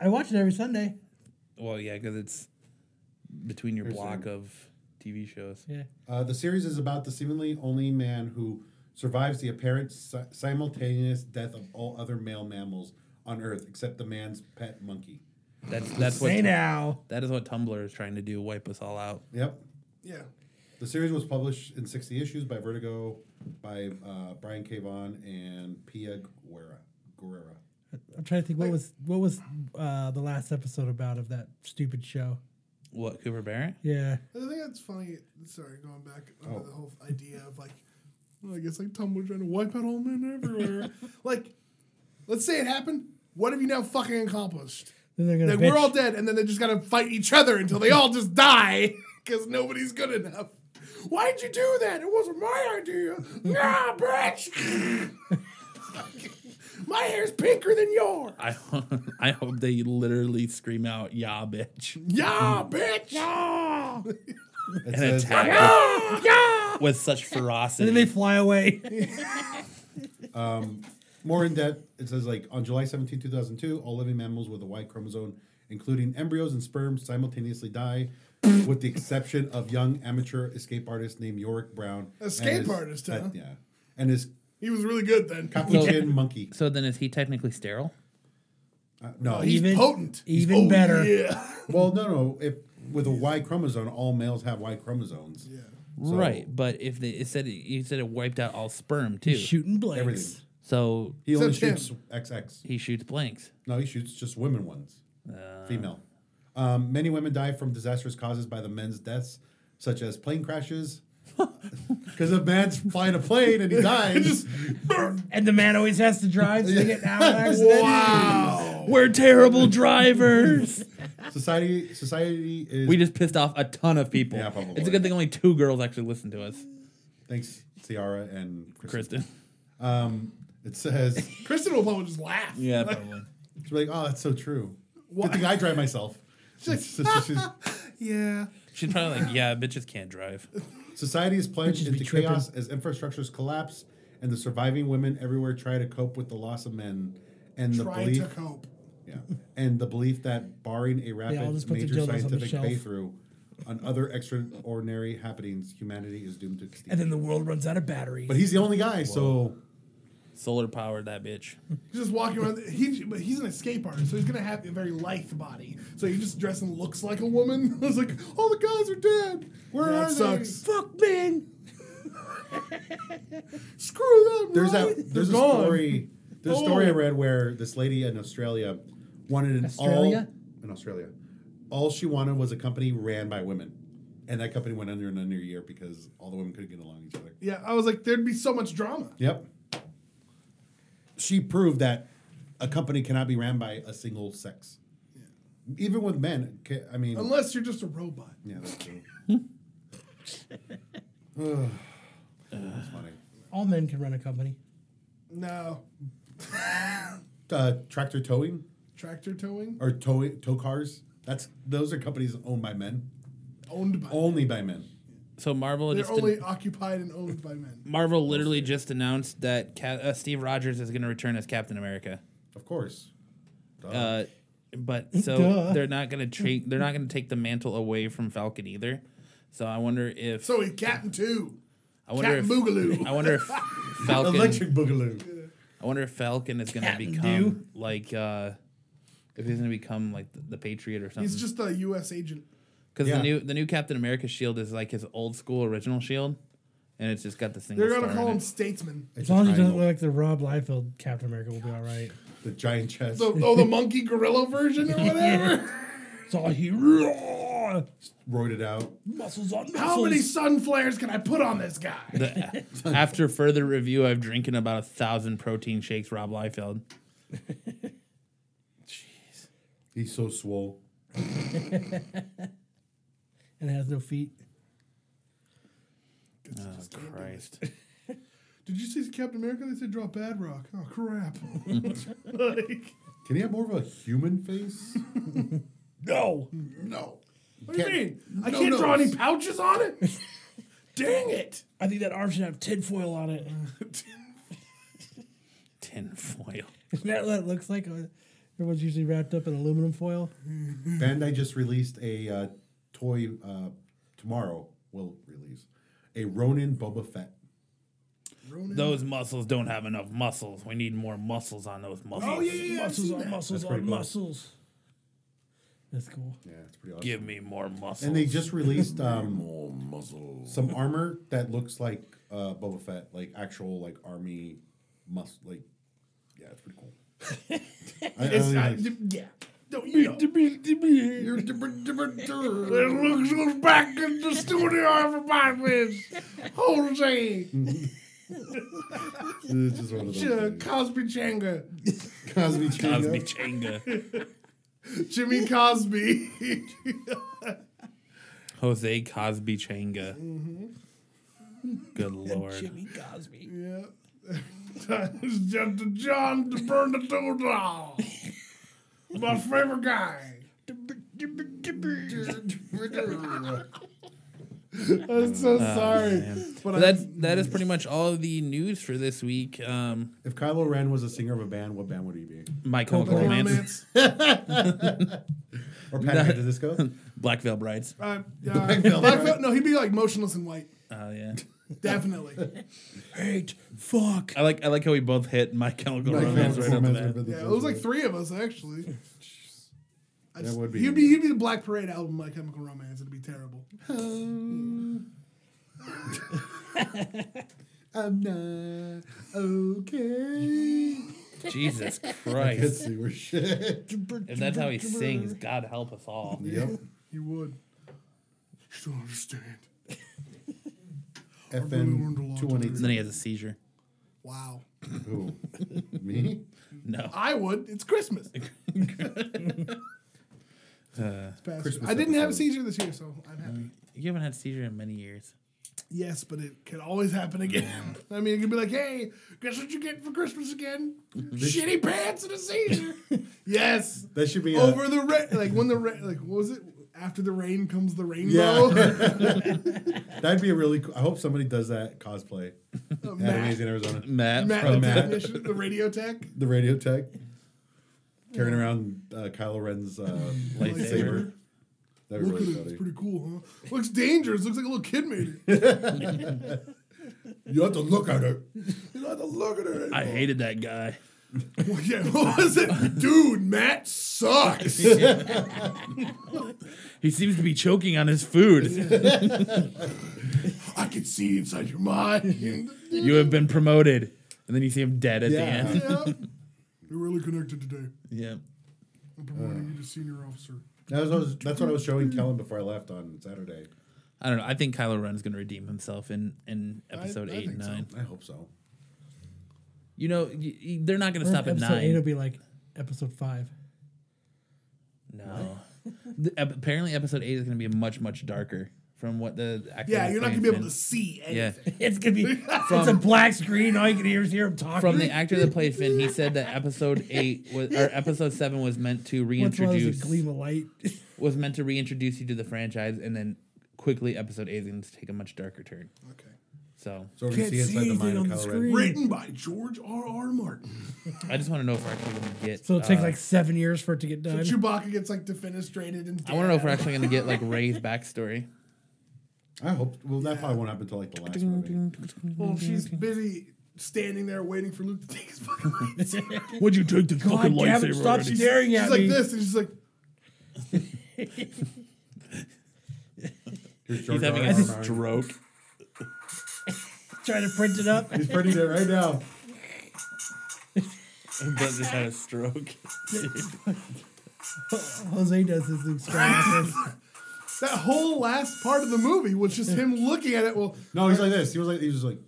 I watch it every Sunday.
Well, yeah, because it's between your block
Interesting.
of TV shows.
Yeah.
Uh, the series is about the seemingly only man who survives the apparent si- simultaneous death of all other male mammals on Earth, except the man's pet monkey.
That's that's what
Say now.
that is what Tumblr is trying to do. Wipe us all out.
Yep.
Yeah.
The series was published in 60 issues by Vertigo, by uh, Brian K. Vaughan and Pia Guerra. Guerra.
I'm trying to think what was what was uh, the last episode about of that stupid show.
What Cooper Barrett?
Yeah.
I think that's funny. Sorry, going back
Oh.
on the whole idea of like, well, I guess like Tumblr trying to wipe out all men everywhere. like, let's say it happened. What have you now fucking accomplished?
Then they're gonna.
Like
bitch.
we're all dead, and then they just gotta fight each other until they all just die because nobody's good enough. Why'd you do that? It wasn't my idea. nah, bitch. my hair's pinker than yours.
I I hope they literally scream out "Yeah, bitch"
Yeah, bitch. Yeah.
It
and
says,
attack
Yeah. Ah, yeah.
with such ferocity.
And then they fly away.
more in depth, it says like on July 17, 2002, all living mammals with a Y chromosome, including embryos and sperm, simultaneously die, with the exception of young amateur escape artist named Yorick Brown. and
Escape
his
artist,
pet-
huh?
Yeah. And his
He was really good then.
capuchin monkey.
so then is he technically sterile?
Uh, no,
Oh, He's
Even-
potent.
even
He's- oh,
better.
Yeah.
well, no, no. If with a Y chromosome, all males have Y chromosomes.
yeah.
So-
right, but if they it said it, you said it wiped out all sperm too.
Shooting blanks.
Everything.
So
He only
Except
shoots
him.
XX.
he shoots blanks.
No, he shoots just women ones. Female. Um, many women die from disastrous causes by the men's deaths, such as plane crashes. Because a man's flying a plane and he dies.
And the man always has to drive, so they get out of accident.
Wow.
We're terrible drivers.
society, society is.
we just pissed off a ton of people.
Yeah, probably.
It's a good thing only two girls actually listen to us.
thanks, Ciara and Kristen.
Kristen.
It says,
Kristen will probably just laugh.
Yeah, probably.
it's like, oh, that's so true. Good thing I drive myself.
Yeah.
She's probably like, yeah, bitches can't drive.
Society is plunged
Bitches be
into
tripping.
chaos as infrastructures collapse and the surviving women everywhere try to cope with the loss of men and the
Try to
belief
cope.
yeah, and the belief that barring a rapid
just put the
major
dildos on the
scientific
shelf.
playthrough on other extraordinary happenings, humanity is doomed to extinction.
And then the world runs out of batteries.
but he's the only guy, so
Solar powered that bitch.
He's just walking around. He, but he's an escape artist, so he's gonna have a very lithe body. So he just dresses and looks like a woman. I was like, all the guys are dead. Where
Yeah,
are
it
they?
sucks.
fuck man.
Screw them.
there's
right?
that there's a
They're gone.
story there's a story I
Oh.
read where this lady in Australia wanted an
Australia?
all in Australia. All she wanted was a company ran by women. And that company went under in under a year because all the women couldn't get along with each other.
Yeah, I was like, there'd be so much drama.
Yep. She proved that a company cannot be ran by a single sex. Even with men, ca- I mean,
Unless you're just a robot.
yeah, that's true. Ugh. that's funny.
All men can run a company.
No.
Uh, tractor towing
Tractor towing?
or tow tow cars. That's those are companies owned by men,
Owned by
only by men.
So Marvel
They're
just
only
an-
occupied and owned by men.
Marvel literally just announced that Ca- uh, Steve Rogers is going to return as Captain America.
Of course. Duh.
Uh, but so
Duh.
they're not going to tra- they're not going to take the mantle away from Falcon either. So I wonder if
So he's Captain 2.
I wonder if
Captain Boogaloo.
I wonder if Falcon
Electric Boogaloo.
I wonder if Falcon is going to
Captain
become
Dew.
like uh, if he's going to become like the, the Patriot or
He's
something.
just a U.S. agent.
Because
yeah.
the new the new Captain America shield is like his old school original shield, and it's just got the single.
They're going
star
to
in
call him
it.
Statesman.
It's
As
a
long as it doesn't
triangle.
look like the Rob Liefeld Captain America, will be all right.
the giant chest.
The, oh, the monkey gorilla version or whatever.
It's all he roar,
roided out.
muscles on muscles.
How many sun flares can I put on this guy?
The- after further review, I've drinking about a thousand protein shakes. Rob Liefeld.
He's so swole.
And it has no feet.
Oh Christ!
Did you see Captain America? They said draw Bad Rock. Oh, crap. like,
Can he have more of a human face?
No.
no. What do you mean?
Can't-
I
no
can't draw
nose.
any pouches on it? Dang it.
I think that arm should have tinfoil on it.
Tin foil.
Isn't that what it looks like? Uh, Everyone's usually wrapped up in aluminum foil.
Bandai just released a uh, toy uh, tomorrow. Will release a Ronin Boba Fett.
Those muscles don't have enough muscles. We need more muscles on those muscles.
Oh, yeah, yeah, yeah. I've
muscles
seen
on
that.
muscles
That's pretty
on
cool.
muscles. That's cool.
Yeah, it's pretty awesome.
Give me more muscles.
And they just released um,
More muzzle.
some armor that looks like uh, Boba Fett, like actual like army mus Like, yeah, it's pretty cool. I, I
Oh,
It's,
really
I,
like-
yeah. No, you know. Look who's back in the studio, everybody. It's Jose
Mm.
it's just one of those
uh,
things.
Cosby Changa.
Cosby Chango.
Cosby Changa.
Jimmy Cosby.
Jose Cosby Changa. Good lord.
Cosby.
yeah. It's just the John to burn the doodle. My favorite guy. I'm so sorry. but
Oh, Well, that's that is pretty much all the news for this week. Um,
If Kylo Ren was a singer of a band, what band would he be?
My Chemical
I,
Romance,
romance. Uh,
Or Panic at the Disco?
Black Veil Brides.
Uh, yeah. Black Veil- No, he'd be like motionless and white.
Oh yeah,
Definitely.
Hate. Fuck.
I like I like how we both hit My Chemical Romance right off the bat.
Yeah, it was like three of us actually. I
That would be-
He'd be he'd be the Black Parade album, My Chemical Romance. It'd be terrible.
I'm not okay.
Jesus
Good
Christ!
sewer shit.
If that's how he sings, God help us all.
Yep.
You would. You don't understand.
FM two one eight.
And then he has a seizure.
Wow.
Who? Me?
No,
I would. It's Christmas. It's past- I didn't have a seizure this year, so I'm happy.
you haven't had a seizure in many years.
Yes, but it could always happen again. I mean, it could be like, hey, guess what you get for Christmas again? Shitty pants and a seizure. yes.
That should be
Over the rain, like when the rain, like what was it? After the rain comes the rainbow.
Yeah. That'd be a really. cool... I hope somebody does that cosplay.
Uh,
At
Matt,
Amazing Arizona.
Matt,
Matt,
from
the
Matt.
technician, the radio tech.
The radio tech carrying around uh, Kylo Ren's uh,
Lightsaber.
lightsaber. That'd be
Look at
really
it. It's
funny.
pretty cool, huh? Looks dangerous. Looks like a little kid made it.
You have to look at it.
You have to look at it.
I hated that guy.
Well, yeah, what was it? Dude, Matt sucks.
He seems to be choking on his food.
I can see inside your mind.
you have been promoted, and then you see him dead at
Yeah.
the end.
yeah. You're really connected today.
Yeah.
I'm promoting you to senior officer.
That was, what I was- that's what I was showing Kellen before I left on Saturday.
I don't know. I think Kylo Ren's going to redeem himself in in
I-
episode
I
eight and
think so.
nine.
I hope so.
You know, y- y- they're not going to
Or
stop at
episode eight will
nine.
be like episode five.
no. The- ap- apparently, episode eight is going to be much much darker from what the actual
Yeah, you're not gonna
plans
be able
been.
to see anything.
Yeah.
It's gonna be it's a black screen. All you can hear is hear him talking.
From the actor that played Finn, he said that episode eight was or episode seven was meant to
Once in a while there's
reintroduce
a gleam of light.
was meant to reintroduce you to the franchise, and then quickly episode eight is going to take a much darker turn.
Okay.
So
So we're gonna
Can't
see
see
inside the mind of
anything on the
Kylo Ren.
screen.
Written by George R. R. Martin.
I just want to know if we're actually going to get.
So it'll take
uh,
like seven years for it to get done.
Chewbacca gets like defenestrated and.
I want to know if we're actually going to get like Ray's backstory.
I hope. Well, that probably won't happen until like the last movie.
Well, she's busy standing there waiting for Luke to take his fucking lightsaber.
Would you take the fucking
lightsaber
Stop
already?
staring at
She's
me.
like this, and she's like,
Here's George
having
R.
a
R. Martin.
Stroke.
Trying to print it up.
He's printing it right now.
Ben just had a stroke.
Jose does his thing. scratches.
that whole last part of the movie was just him looking at it. Well,
No, he's like this. He was like he was just like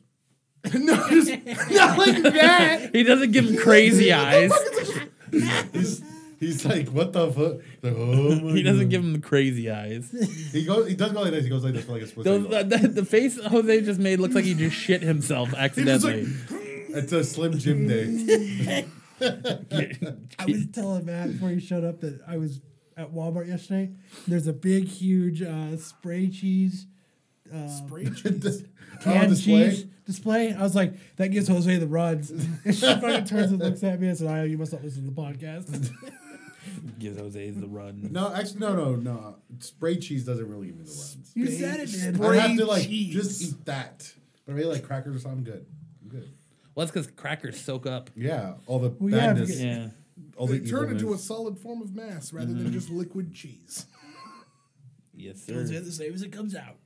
no, just not like that.
He doesn't give him crazy eyes.
he's he's like what the fuck? He's like oh my
He doesn't
God.
give him the crazy eyes.
He goes. He does go like this. He goes like this for like a split
The,
second.
the- the- the face Jose just made looks like he just shit himself accidentally.
It's a Slim Jim day.
I was telling Matt before you showed up that I was at Walmart yesterday. There's a big, huge uh, spray cheese,
Spray cheese.
canned
Oh, display?
cheese display. I was like, that gives Jose the runs. And she fucking turns and looks at me and says, oh, you must not listen to the podcast.
Gives Jose the run.
No, actually, no, no, no. Spray cheese doesn't really give me the runs.
you said it, dude.
I have to
Spray
like
cheese.
just eat that. But maybe like crackers or something. I'm good. I'm good.
Well, that's because crackers soak up.
Yeah, all the
Well, yeah,
badness.
because-
Yeah.
all
They
the
turn into a
evilness.
solid form of mass rather than just liquid cheese.
Yes, sir.
the same as it comes out.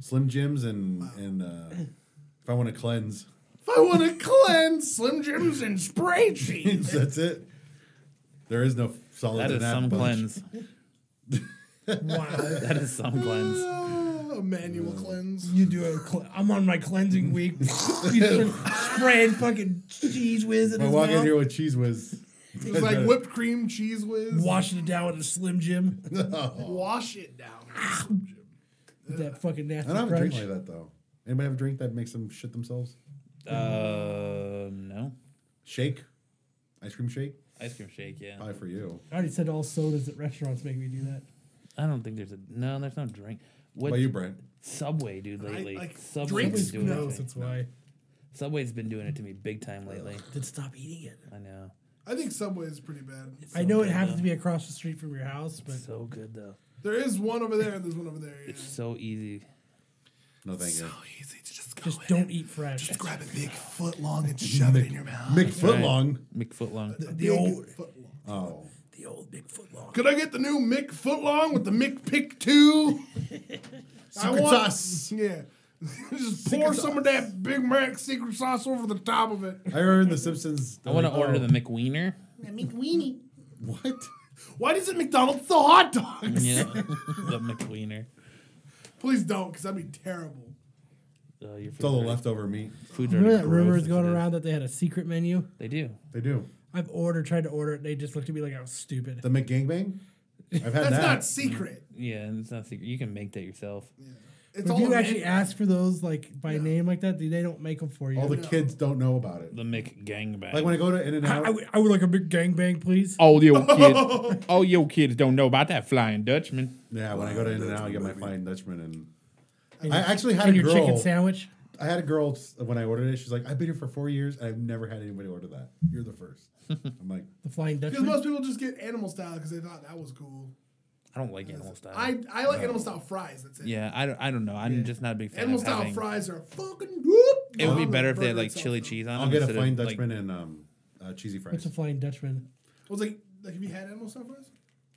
Slim Jims and and uh, if I want to cleanse,
If I want to cleanse Slim Jims and spray cheese.
that's it. There is no solid.
That
in
is some
bunch.
cleanse.
Wow.
That is some cleanse.
Oh, manual cleanse.
You do a. Cle- I'm on my cleansing week. you just spraying fucking cheese whiz in
I
his
walk in
mouth.
here with cheese whiz.
It's like whipped cream, cheese whiz.
Washing it down with a Slim Jim.
Wash it down.
With that fucking nasty
I don't have a
crunch.
drink like that though. Anybody have a drink that makes them shit themselves?
Um, no.
Shake, ice cream shake.
Ice cream shake, yeah.
Probably for you.
I already said all sodas at restaurants make me do that.
I don't think there's a no. There's no drink.
What
What
about you, Brent?
Subway, dude? Lately,
like,
Subway's
drinks?
been doing
No,
it. to me.
that's why.
Subway's been doing it to me big time lately.
Did stop eating it.
I know.
I think Subway is pretty bad.
I know it happens to be across the street from your house, but
So good though.
There is one over there and there's one over there. Yeah.
It's so easy.
No, thank you.
easy to just go
just don't eat fresh.
grab a big foot long and shove it in your mouth.
Mick Footlong.
McFootlong.
The old foot long.
Oh,
the old big foot long.
Could I get the new Mick foot long with the Mick pick two? I
Secret
want-
sauce.
Yeah. just pour some of that Big Mac secret sauce over the top of it.
I remember in The Simpsons.
I want to
they're like,
order the
oh,
McWiener.
McWeenie.
What?
Why doesn't McDonald's sell hot dogs?
Yeah, the McWiener.
Please don't, because that'd be terrible.
Uh, your
It's all the leftover meat.
Food's
Remember
already
that rumor
gross
is
as
going
it is.
around that they had a secret menu?
They do.
They do.
I've ordered, tried to order it, and they just looked at me like I was stupid.
The McGangbang? I've had
That's
that.
not secret.
Yeah, and it's not secret. You can make that yourself.
It's
If
all
you
a
actually
menu.
ask for those like by name like that, they, they don't make them for you.
All the kids don't know about it.
The McGangbang.
Like when I go to In and
I, I,
Out,
would- I would like a big gangbang, please.
all the old kids, all the old kids don't know about that flying Dutchman.
yeah, when I go to In and Out, I get my fine Dutchman and I actually had
and
a
your chicken
girl.
sandwich.
I had a girl s- when I ordered it. She's like, "I've been here for four years and I've never had anybody order that. You're the first. I'm like,
The Flying
Because
Dutchman.
most people just get animal style because they thought that was cool.
I don't like animal style.
I, I like animal style fries. That's it.
Oh. yeah, I don't, I don't know. I'm just not a big fan
Animal
of
style
having.
fries are fucking whoop.
It would be
Um,
better if they had
burger
like
itself,
chili
though.
cheese on
I'll
them
get a
instead of,
fine
like-
Dutchman and um, uh, cheesy
What's
fries.
a Flying Dutchman?
I was like, like, have you had animal style fries?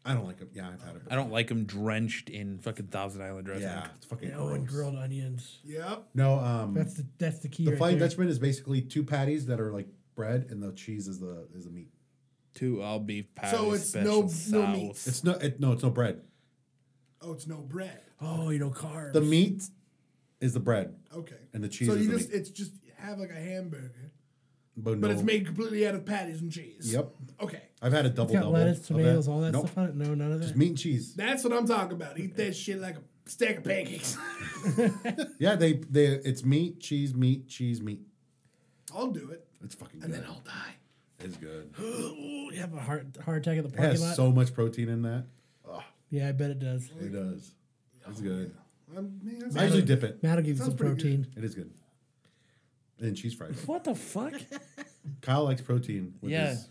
I don't like it. Yeah, I've had it.
I don't like them drenched in fucking Thousand Island dressing.
Yeah, it's fucking.
Oh, and
gross.
grilled onions.
Yep.
No, um,
That's the that's the key.
the
right
flying
there.
Dutchman is basically two patties that are like bread, and the cheese is the is the meat.
Two all beef patties.
So it's no-
special
no meat.
sauce.
It's no, it, no, it's no bread.
Oh, it's no bread.
Oh, you know, carbs.
The meat is the bread,
Okay.
And the cheese
So
is
you
the
just
meat.
it's just have like a hamburger,
but,
but
no.
it's made completely out of patties and cheese.
Yep,
Okay.
I've had a double
It's got
double.
lettuce,
of
tomatoes, all that
Nope.
stuff on it. No, none of
Just
that.
meat and cheese.
That's what I'm talking about. Eat that shit like a stack of pancakes.
Yeah, they they it's meat, cheese, meat, cheese, meat.
I'll do it.
It's fucking
And
good.
then I'll die.
It's good.
Ooh, you have a heart heart attack at the
It
parking
has
lot.
so much protein in that.
yeah, I bet it does.
It does. It's good.
I'm, man, that's-
I usually dip it.
Matt'll give you some
Sounds pretty
protein.
It is good. And cheese fries.
What the fuck?
Kyle likes protein. With
Yeah.
his-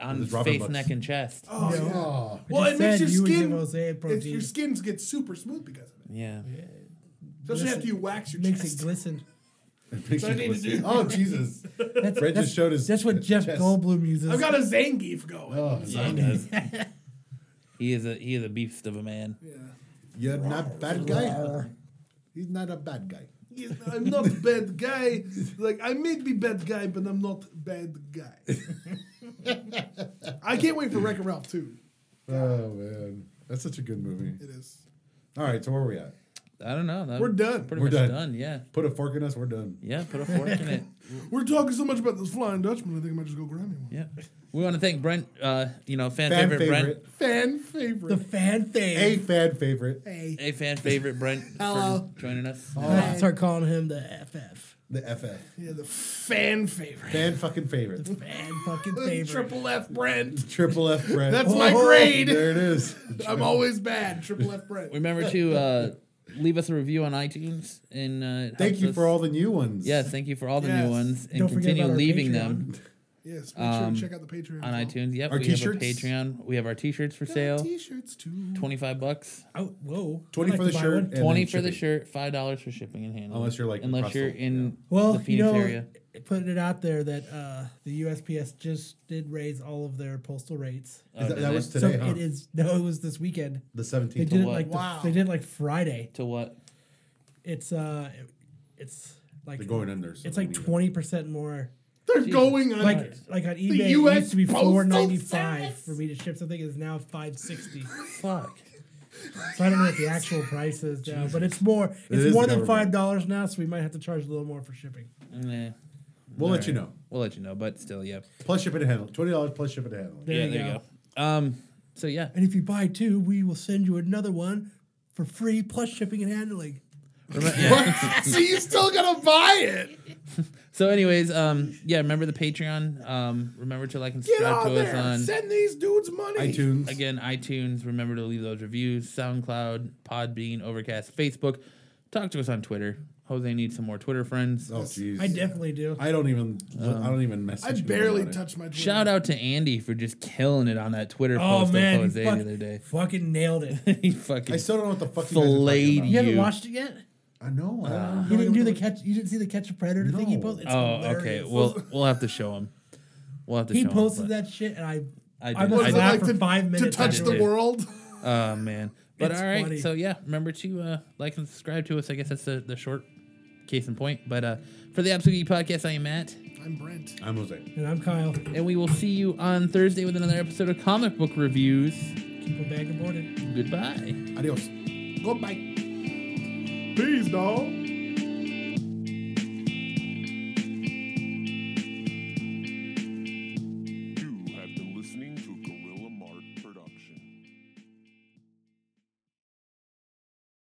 On
With rubber
face,
butts.
neck, and chest.
oh, yeah.
oh,
Well,
just
it makes
said
your
you would give
skin.
Jose
it's- your
protein.
skins get super smooth because of it.
Yeah.
Especially after you wax your
Makes it
chest.
glisten.
it makes
what I
you
need to
glisten.
do.
Oh, Jesus.
That's,
Fred
that's,
just showed his.
that's what
his
Jeff
chest.
Goldblum uses.
I've got a Zangief going.
Oh,
Yeah, he does. he is a he is a beast of a man.
Yeah.
you're not a bad guy. He's not a bad guy.
Yes, I'm not bad guy. Like I may be bad guy, but I'm not bad guy. I can't wait for Wreck-It Ralph 2.
Oh, man. That's such a good movie.
It is.
All right, so where are we at?
I don't know. that-
We're done.
Pretty
We're
much
done.
done. Yeah.
Put a fork in us, we're done.
Yeah. Put a fork in it.
We're talking so much about this Flying Dutchman. I think I might just go grab me one.
Yeah. We want to thank Brent. Uh, you know, fan,
Fan
favorite,
favorite.
Fan
the
favorite.
fan
A
thing.
fan favorite.
hey.
Brent. A fan favorite Brent
Hello.
for joining us.
I start calling him the FF.
The FF.
Yeah, the fan favorite.
Fan fucking favorite.
Fan fucking
The
favorite.
Triple F Brent.
Triple F bread.
That's my grade.
There it is.
I'm always bad. Triple F Brent.
Remember to uh, leave us a review on iTunes and uh, it
Thank
helps
you
us-
for all the new ones.
Yes, thank you for all the
Yes.
new ones and
Don't forget
continue
about our
leaving
Patreon.
them
Yes, make sure
Um,
to check out the Patreon.
on
as well.
iTunes. Yep,
Our
we
t-shirts.
have a Patreon. We have our t-shirts for
Got
sale.
T-shirts too.
25 bucks.
Oh, whoa. I'd
20
like
for
to
the
buy
shirt.
one.
and
20
then
for the
shipping.
shirt, $5 for shipping and handling.
Unless you're, like,
unless
across
you're
the-
in
Well,
the
you
Phoenix
know,
area.
putting it out there that uh, the USPS just did raise all of their postal rates.
Oh,
That,
did
that
they?
was today,
so
huh?
it is no, it was this weekend.
The
They
17th.
did it
what?
like the-
Wow.
they did like Friday.
to what?
It's uh, it- it's like
They're going in there. so
it's
they
like
need it.
twenty percent more.
They're going on.
Like like on eBay, it
US
used to be
Postal
four ninety five
Service.
for me to ship something. It's now five sixty.
Fuck.
So I don't know what the actual price is now, but it's more. It's
is
more
the
than
government.
five dollars now, so we might have to charge a little more for shipping.
Nah,
We'll let you know.
uh, we'll let you know, but still, yeah.
Plus shipping and handling. $20 plus shipping and handling.
There
yeah,
you
there
go.
you go. Um, so yeah,
And if you buy two, we will send you another one for free plus shipping and handling.
Remem- yeah.
so you still gotta buy it.
So, anyways, um, yeah, remember the Patreon. Um, remember to like and
Get
subscribe
on
to us
there.
on
Send these dudes money.
iTunes.
again iTunes. Remember to leave those reviews. SoundCloud, Podbean, Overcast, Facebook. Talk to us on Twitter. Jose needs some more Twitter friends.
Oh, jeez.
I definitely do.
I don't even. I don't even mess.
I barely touched my. Twitter.
Shout out to Andy for just killing it on that Twitter
oh
post
man,
of Jose
you fuck-
the other day.
fucking nailed it.
he fucking
I still don't know what the fuck you
filleted
guys
You
are talking Uh-huh.
haven't
you.
watched it yet?
about. I know. I don't know.
You didn't do the catch. You didn't see the catch a predator thing he
No.
posted. It's
Oh,
hilarious.
okay. Well, we'll have to show him. We'll have to
he
show
posted
him. but-
that shit, and I,
I
I
did-
was
I did.
laugh
Like
for
to-
five
to
minutes. I
touch
did
the
it.
world.
Oh man. But
It's
all right.
funny.
So yeah, remember to uh, like and subscribe to us. I guess that's the, the short case in point. But uh, for the Absolute Geek Podcast, I am Matt,
I'm Brent.
I'm Jose.
And I'm Kyle.
and we will see you on Thursday with another episode of Comic Book Reviews.
Keep it back and boarded.
Goodbye.
Adios.
Goodbye. Peace, dog.